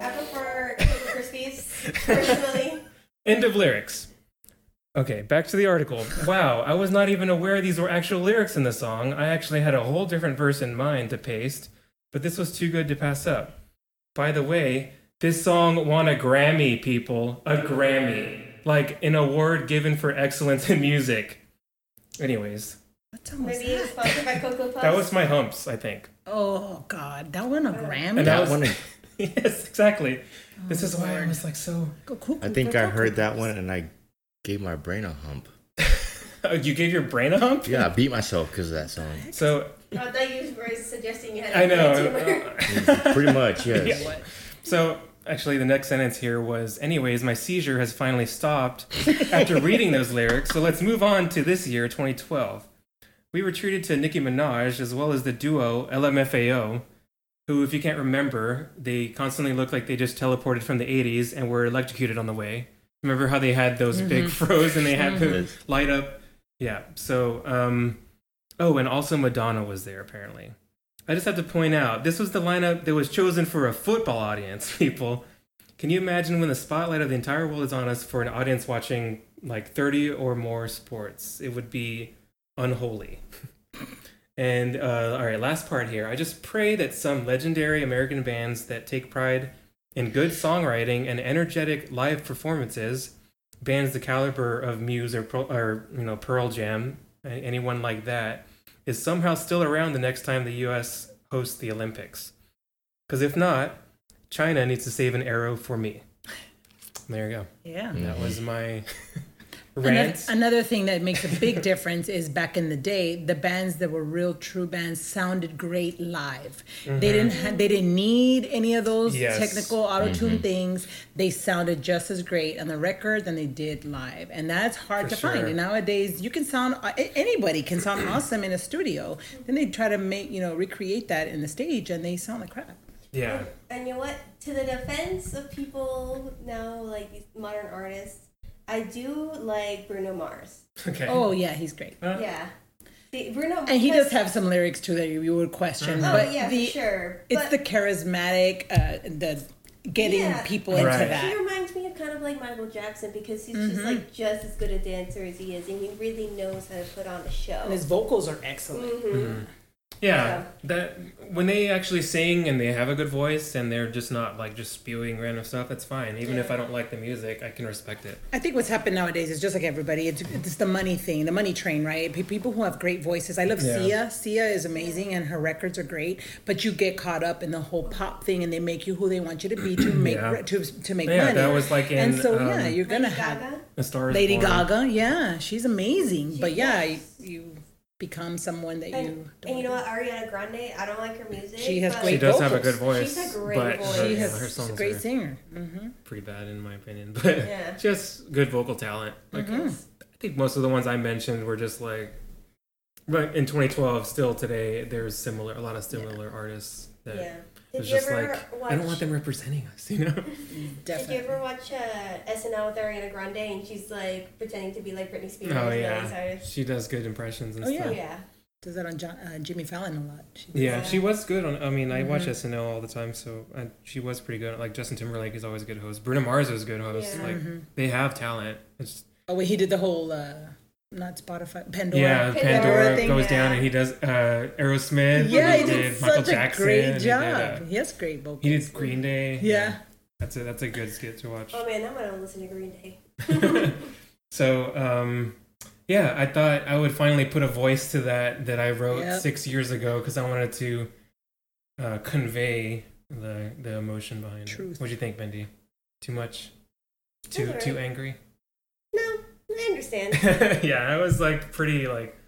Speaker 3: I prefer Cocoa Krispies personally.
Speaker 2: End of lyrics. Okay, back to the article. Wow, I was not even aware these were actual lyrics in the song. I actually had a whole different verse in mind to paste, but this was too good to pass up. By the way, this song won a Grammy, people. A Grammy. Like an award given for excellence in music. Anyways,
Speaker 3: Maybe it was sponsored by Cocoa Puffs.
Speaker 2: that was my humps, I think.
Speaker 4: oh God, that one a Grammy.
Speaker 2: And that
Speaker 5: That
Speaker 2: was-
Speaker 5: one,
Speaker 2: yes, exactly. This is why I was like so.
Speaker 4: Go cuckoo
Speaker 5: I think
Speaker 4: for
Speaker 5: I
Speaker 4: Cocoa
Speaker 5: heard that
Speaker 4: Puffs.
Speaker 5: one and I gave my brain a hump.
Speaker 2: Oh, you gave your brain a hump?
Speaker 5: Yeah, I beat myself because of that song.
Speaker 2: So
Speaker 3: I thought you were suggesting you had a
Speaker 2: I know.
Speaker 3: brain tumor.
Speaker 5: Pretty much, yes.
Speaker 2: So actually, the next sentence here was, anyways, my seizure has finally stopped after reading those lyrics. So let's move on to this year, 2012. We were treated to Nicki Minaj as well as the duo LMFAO, who, if you can't remember, they constantly look like they just teleported from the 80s and were electrocuted on the way. Remember how they had those big froze and they had to
Speaker 5: Yes.
Speaker 2: light up? Yeah. So, um, oh, and also Madonna was there apparently. I just have to point out this was the lineup that was chosen for a football audience, people. Can you imagine when the spotlight of the entire world is on us for an audience watching like 30 or more sports? It would be unholy. And uh, all right, last part here. I just pray that some legendary American bands that take pride in good songwriting and energetic live performances, bands the caliber of Muse or, Pearl- or you know Pearl Jam, a- anyone like that, is somehow still around the next time the U.S. hosts the Olympics. Because if not, China needs to save an arrow for me. There you go.
Speaker 4: Yeah.
Speaker 2: That was my
Speaker 4: Another,
Speaker 2: rant.
Speaker 4: another thing that makes a big difference is back in the day, the bands that were real true bands sounded great live. They didn't ha- they didn't need any of those
Speaker 2: Mm-hmm. Yes. Mm-hmm.
Speaker 4: technical auto tune things. They sounded just as great on the record than they did live, and that's hard
Speaker 2: For
Speaker 4: to find.
Speaker 2: sure.
Speaker 4: And nowadays, you can sound a- anybody can sound awesome in a studio. Then they try to make you know recreate that in the stage, and they sound like crap.
Speaker 2: Yeah.
Speaker 3: And you know what? To the defense of people now, like these modern artists, I do like Bruno Mars.
Speaker 2: Okay.
Speaker 4: Oh yeah, he's great.
Speaker 3: Yeah. See, Bruno
Speaker 4: And he
Speaker 3: because-
Speaker 4: does have some lyrics too that you you would question,
Speaker 2: Uh-huh.
Speaker 3: Oh,
Speaker 4: but
Speaker 3: yeah,
Speaker 4: the
Speaker 3: for sure.
Speaker 4: It's
Speaker 3: but
Speaker 4: the charismatic, uh, the getting
Speaker 3: Yeah.
Speaker 4: people into
Speaker 2: Right.
Speaker 3: He
Speaker 4: that. Mm-hmm.
Speaker 3: reminds me of kind of like Michael Jackson because he's just like just as good a dancer as he is, and he really knows how to put on a show.
Speaker 4: And his vocals are excellent.
Speaker 3: Mm-hmm.
Speaker 2: Yeah,
Speaker 3: Yeah.
Speaker 2: that when they actually sing and they have a good voice and they're just not like just spewing random stuff, that's fine. Even if I don't like the music, I can respect it.
Speaker 4: I think what's happened nowadays is just like everybody, it's, it's the money thing, the money train, right? Pe- People who have great voices. I love
Speaker 2: Yeah.
Speaker 4: Sia. Sia is amazing and her records are great, but you get caught up in the whole pop thing and they make you who they want you to be to make
Speaker 2: Yeah.
Speaker 4: re- to, to make
Speaker 2: Yeah,
Speaker 4: money.
Speaker 2: that was like
Speaker 4: and
Speaker 2: in,
Speaker 4: so, yeah,
Speaker 2: um,
Speaker 4: you're going to
Speaker 3: Lady
Speaker 4: have
Speaker 3: Gaga?
Speaker 2: The star is
Speaker 4: Lady
Speaker 2: born.
Speaker 4: Gaga. Yeah, she's amazing. but yeah, you,
Speaker 3: is.
Speaker 4: you become someone that
Speaker 3: And,
Speaker 4: you
Speaker 3: and
Speaker 4: don't.
Speaker 3: you know what? Ariana Grande. I don't like her music.
Speaker 4: She has
Speaker 3: but-
Speaker 2: She
Speaker 4: great
Speaker 2: does have a
Speaker 4: vocals.
Speaker 2: good voice,
Speaker 3: She's a great
Speaker 2: but
Speaker 3: voice.
Speaker 2: Her,
Speaker 4: she
Speaker 2: yeah,
Speaker 4: has,
Speaker 2: her
Speaker 4: she's
Speaker 2: songs
Speaker 4: a great
Speaker 2: are
Speaker 4: singer.
Speaker 2: pretty bad in my opinion. But
Speaker 3: Yeah. Mm-hmm.
Speaker 2: just good vocal talent. Like I think most of the ones I mentioned were just like, but in 2012, still today, there's similar a lot of similar artists that
Speaker 3: Yeah. Did
Speaker 2: it's
Speaker 3: you
Speaker 2: just
Speaker 3: ever
Speaker 2: like
Speaker 3: watch?
Speaker 2: I don't want them representing us, you know.
Speaker 3: Did you
Speaker 4: Definitely.
Speaker 3: ever watch uh, SNL with Ariana Grande and she's like pretending to be like Britney Spears?
Speaker 2: Oh
Speaker 3: and all
Speaker 2: yeah,
Speaker 3: these artists?
Speaker 2: she does good impressions and
Speaker 4: Oh, yeah.
Speaker 2: stuff.
Speaker 3: Yeah.
Speaker 4: does that on John, uh, Jimmy Fallon a lot. She,
Speaker 2: Yeah,
Speaker 3: Yeah. Mm-hmm.
Speaker 2: she was good on. I mean, I watch SNL all the time, so I, she was pretty good. Like Justin Timberlake is always a good host. Bruno Mars is a good host.
Speaker 3: Yeah.
Speaker 2: Like they have talent. It's
Speaker 4: oh wait, he did the whole uh, not Spotify Pandora.
Speaker 2: yeah,
Speaker 3: Pandora
Speaker 2: Pandora
Speaker 4: thing,
Speaker 2: goes
Speaker 3: yeah.
Speaker 2: down and he does uh, Aerosmith. and
Speaker 4: Yeah, he did, such a
Speaker 2: and
Speaker 4: great
Speaker 2: he did, uh,
Speaker 4: job. He has great vocals.
Speaker 2: He did Green Day.
Speaker 4: Yeah.
Speaker 2: That's a that's a good skit to watch.
Speaker 3: Oh man, I'm gonna listen to Green Day.
Speaker 2: So um, yeah, I thought I would finally put a voice to that that I wrote
Speaker 4: Yep.
Speaker 2: six years ago because I wanted to uh, convey the the emotion behind
Speaker 4: Truth.
Speaker 2: it. What do you think, Mindy? Too much? Too
Speaker 3: That's
Speaker 2: too angry?
Speaker 3: No, I understand.
Speaker 2: yeah, I was like pretty like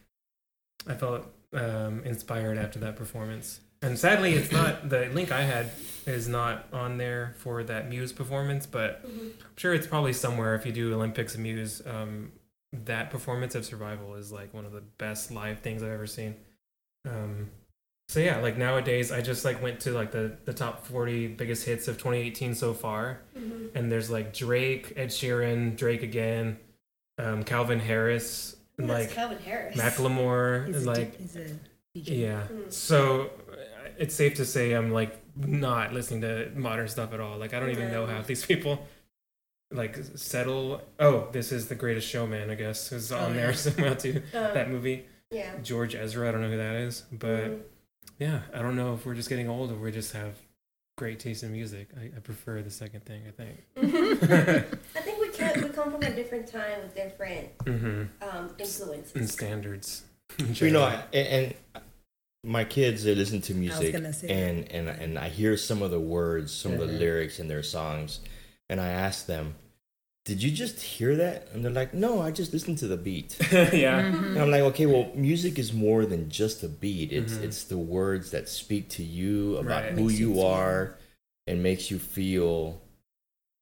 Speaker 2: I felt um, inspired after that performance. And sadly, it's not the link I had is not on there for that Muse performance, but I'm sure it's probably somewhere. If you do Olympics and Muse, um, that performance of Survival is like one of the best live things I've ever seen. Um, so yeah, like nowadays, I just like went to like the the top 40 biggest hits of 2018 so far, and there's like Drake, Ed Sheeran, Drake again, um, Calvin Harris,
Speaker 3: That's
Speaker 2: like
Speaker 3: Calvin Harris.
Speaker 2: Macklemore,
Speaker 4: He's a
Speaker 2: like
Speaker 4: d- he's a DJ.
Speaker 2: yeah. So uh, it's safe to say I'm like not listening to modern stuff at all. Like I don't even know half these people. Like settle. Oh, this is the Greatest Showman. I guess is on
Speaker 4: Oh, yeah. Oh.
Speaker 2: there somehow too.
Speaker 3: Um,
Speaker 2: That movie,
Speaker 3: yeah.
Speaker 2: George Ezra. I don't know who that is, but
Speaker 4: Hmm.
Speaker 3: Mhm.
Speaker 2: yeah, I don't know if we're just getting old or we just have great taste in music. I, I prefer the second thing. I think.
Speaker 3: I think we can we come from a different time with different
Speaker 2: hmm
Speaker 3: um, influences.
Speaker 2: And standards.
Speaker 5: you Mm-hmm. know, I, and, and my kids they listen to music,
Speaker 4: gonna say Uh-huh. that.
Speaker 5: and and and I hear some of the words, some of the lyrics in their songs, and I ask them, "Did you just hear that?" And they're like, "No, I just listened to the beat."
Speaker 2: yeah.
Speaker 4: Mm-hmm.
Speaker 5: And I'm like, okay, well, music is more than just a beat. It's it's the words that speak to you about
Speaker 2: Mm-hmm. Right.
Speaker 5: who
Speaker 4: Makes you
Speaker 5: you
Speaker 4: feel.
Speaker 5: are, and makes you feel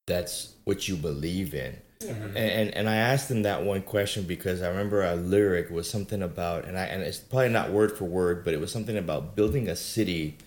Speaker 5: that's what you believe in.
Speaker 2: Mm-hmm.
Speaker 5: And, and and I asked them that one question because I remember a lyric was something about, and I and it's probably not word for word, but it was something about building a city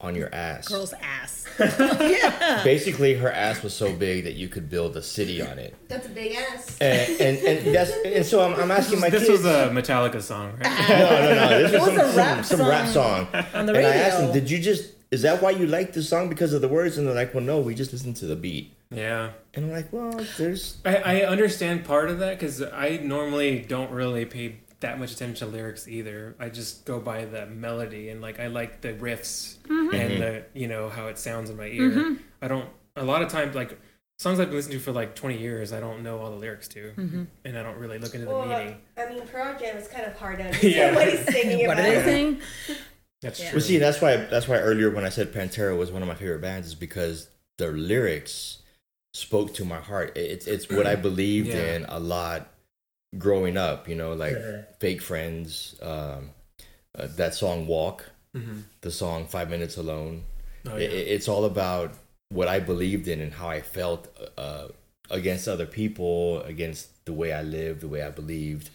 Speaker 5: on your ass.
Speaker 4: Girl's ass. yeah.
Speaker 5: Basically, her ass was so big that you could build a city on it.
Speaker 3: That's a big ass.
Speaker 5: And and, and that's and so I'm, I'm asking my
Speaker 2: This
Speaker 5: kids.
Speaker 2: was a Metallica song, right?
Speaker 5: no, no, no. This was,
Speaker 4: was
Speaker 5: some,
Speaker 4: a rap
Speaker 5: some, some rap song.
Speaker 4: On the
Speaker 5: and
Speaker 4: radio.
Speaker 5: I asked them, did you just, is that why you like this song because of the words? And they're like, well, no, we just listened to the beat.
Speaker 2: yeah.
Speaker 5: And I'm like, well, there's,
Speaker 2: I, I understand part of that because I normally don't really pay that much attention to lyrics either. I just go by the melody and like I like the riffs
Speaker 5: Mm-hmm.
Speaker 2: and the you know how it sounds in my ear. I don't a lot of times like songs I've been listening to for like 20 years. I don't know all the lyrics to,
Speaker 5: Mm-hmm.
Speaker 2: and I don't really look into the
Speaker 3: Well, uh,
Speaker 2: meaning.
Speaker 3: I mean, Pearl Jam is kind of hard on
Speaker 2: Yeah.
Speaker 3: what he's singing
Speaker 4: What
Speaker 3: about.
Speaker 4: it is.
Speaker 6: Thing.
Speaker 2: That's
Speaker 4: Yeah.
Speaker 2: true.
Speaker 5: Well, see, that's why that's why earlier when I said Pantera was one of my favorite bands is because their lyrics spoke to my heart. It- It's it's what I believed
Speaker 2: Yeah.
Speaker 5: in a lot growing up. You know, like fake friends, um, uh, that song "Walk," the song Five Minutes Alone."
Speaker 2: Mm-hmm. Oh,
Speaker 5: I-
Speaker 2: yeah.
Speaker 5: I- it's all about what I believed in and how I felt uh, against other people, against the way I lived, the way I believed.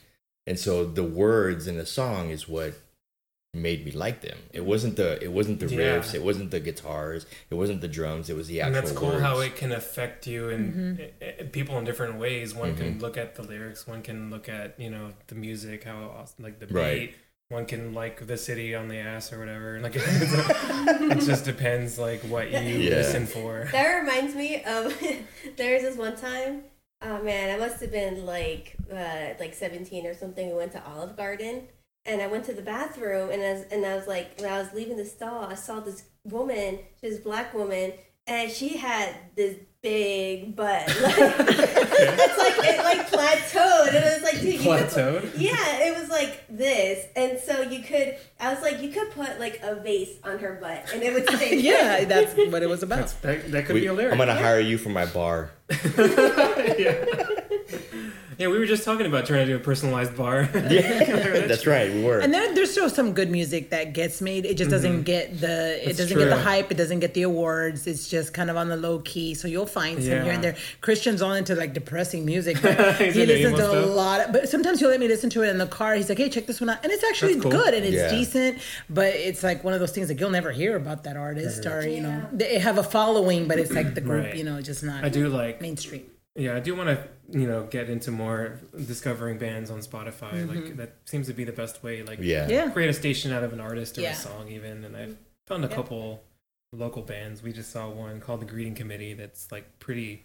Speaker 5: And so the words in the song is what made me like them. It wasn't the it wasn't the
Speaker 2: Yeah.
Speaker 5: riffs, it wasn't the guitars, it wasn't the drums, it was the
Speaker 2: and
Speaker 5: actual
Speaker 2: that's cool
Speaker 5: words.
Speaker 2: how it can affect you and i- i- people in different ways one can
Speaker 5: Mm-hmm.
Speaker 2: look at the lyrics one can look at you know the music how awes- like the beat
Speaker 5: Right.
Speaker 2: one can like the city on the ass or whatever and like it just depends like what you
Speaker 5: Yeah.
Speaker 2: listen for
Speaker 3: That reminds me of there was this one time. Oh man, I must have been like uh, like seventeen or something. We went to Olive Garden, and I went to the bathroom, and as and I was like when I was leaving the stall, I saw this woman. She was a black woman, and she had this big butt. Like, it's like it like plateaued, and it was like dude, you could-
Speaker 2: plateaued
Speaker 3: yeah, it was like this, and so you could. I was like, you could put like a vase on her butt, and it would stay.
Speaker 4: yeah, that's what it was about.
Speaker 2: That's- that, that could
Speaker 5: We-
Speaker 2: be a lyric
Speaker 5: I'm gonna hire you for my bar.
Speaker 2: yeah we were just talking about trying to do a personalized bar
Speaker 5: that's right, we were.
Speaker 4: And then there's still some good music that gets made. It just doesn't get the it doesn't get the
Speaker 2: Mm-hmm. true.
Speaker 4: hype. It doesn't get the awards. It's just kind of on the low key. So you'll find some here
Speaker 2: Yeah.
Speaker 4: and there. Christian's on into like depressing music. But
Speaker 2: He's
Speaker 4: he
Speaker 2: into
Speaker 4: listens to
Speaker 2: emo
Speaker 4: a
Speaker 2: stuff.
Speaker 4: lot. Of, but sometimes he'll let me listen to it in the car. He's like, "Hey, check this one out," and it's actually
Speaker 2: That's cool.
Speaker 4: good and it's
Speaker 5: Yeah.
Speaker 4: decent. But it's like one of those things that you'll never hear about that artist or you know
Speaker 3: Yeah.
Speaker 4: they have a following, but it's like the group
Speaker 2: Right.
Speaker 4: you know just not
Speaker 2: i do like
Speaker 4: mainstream.
Speaker 2: yeah i do want to you know get into more discovering bands on spotify
Speaker 3: Mm-hmm.
Speaker 2: like that seems to be the best way like
Speaker 5: yeah.
Speaker 4: Yeah.
Speaker 2: create a station out of an artist or
Speaker 4: Yeah.
Speaker 2: a song even and i've found a couple local bands we just saw one called the greeting committee that's like pretty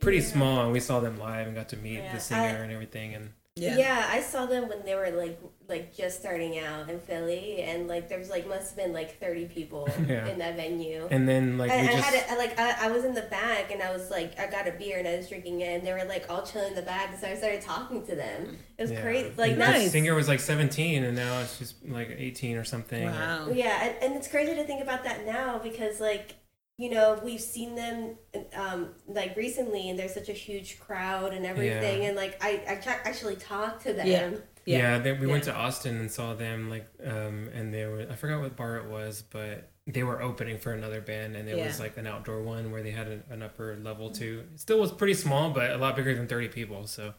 Speaker 2: pretty small and we saw them live and got to meet
Speaker 3: Yeah, I-
Speaker 2: the singer and everything and
Speaker 4: Yeah.
Speaker 3: Yeah. I saw them when they were like like just starting out in Philly, and like there was like must have been like thirty people
Speaker 2: Yeah.
Speaker 3: in that venue.
Speaker 2: and then like
Speaker 3: I,
Speaker 2: we
Speaker 3: I
Speaker 2: just
Speaker 3: had a, I, like I, I was in the back and I was like I got a beer and I was drinking it and they were like all chilling in the back so I started talking to them. It was
Speaker 2: yeah.
Speaker 3: crazy. Like
Speaker 2: the
Speaker 4: Nice.
Speaker 2: singer was like 17 and now she's like 18 or something or-
Speaker 4: Wow.
Speaker 3: Well, Yeah, and, and it's crazy to think about that now because, like, you know, we've seen them um, like recently, and there's such a huge crowd and everything, and like I, I ca- actually talked to them.
Speaker 4: Yeah.
Speaker 2: Yeah,
Speaker 4: Yeah.
Speaker 2: they, we went to Austin and saw them like, um, and they were I forgot what bar it was, but they were opening for another band, and it was
Speaker 4: Yeah.
Speaker 2: like an outdoor one where they had an, an upper level too. It still was pretty small, but a lot bigger than thirty people, so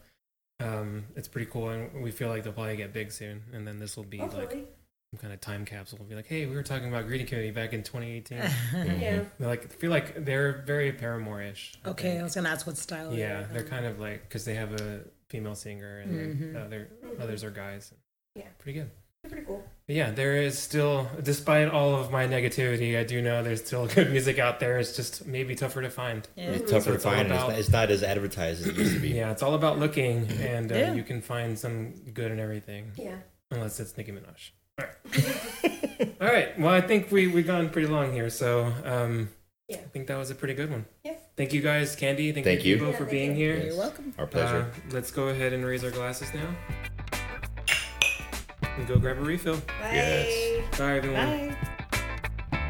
Speaker 2: um, it's pretty cool. And we feel like they'll probably get big soon, and then this will be like
Speaker 3: Hopefully,
Speaker 2: some kind of time capsule. We'll be like, hey, we were talking about greeting committee back in 2018.
Speaker 3: yeah.
Speaker 2: They're like, I feel like they're very Paramore-ish. I
Speaker 4: Okay, oh,
Speaker 2: think.
Speaker 4: I was gonna ask what style. Um,
Speaker 2: Yeah, they're kind of like because they have a female singer and
Speaker 4: Mhm.
Speaker 2: other others are guys.
Speaker 3: Yeah.
Speaker 2: pretty good.
Speaker 3: They're pretty cool.
Speaker 2: But yeah, there is still, despite all of my negativity, I do know there's still good music out there. It's just maybe tougher to find.
Speaker 4: Yeah.
Speaker 5: It's
Speaker 2: So
Speaker 5: tougher to
Speaker 2: it's all
Speaker 5: find. It's
Speaker 2: about-
Speaker 5: not, it's not as advertised as it used to be.
Speaker 2: Yeah, it's all about looking,
Speaker 5: Mm-hmm.
Speaker 2: and uh,
Speaker 4: Yeah.
Speaker 2: you can find some good in everything,
Speaker 3: Yeah.
Speaker 2: unless it's Nicki Minaj. All right. all right. Well, I think we we've gone pretty long here, so um,
Speaker 3: Yeah.
Speaker 2: I think that was a pretty good one.
Speaker 3: Yeah.
Speaker 2: Thank you guys, Candy. Thank,
Speaker 5: Thank you.
Speaker 2: Bebo, for
Speaker 5: Yeah,
Speaker 3: thank
Speaker 2: being
Speaker 3: you.
Speaker 2: here.
Speaker 4: You're welcome.
Speaker 5: Our pleasure.
Speaker 2: Uh, let's go ahead and raise our glasses now, and go grab a refill.
Speaker 3: Bye.
Speaker 5: Yes.
Speaker 2: Bye, everyone.
Speaker 4: Bye.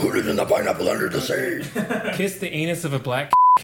Speaker 5: Who lives in the pineapple under the sea?
Speaker 2: Kiss the anus of a black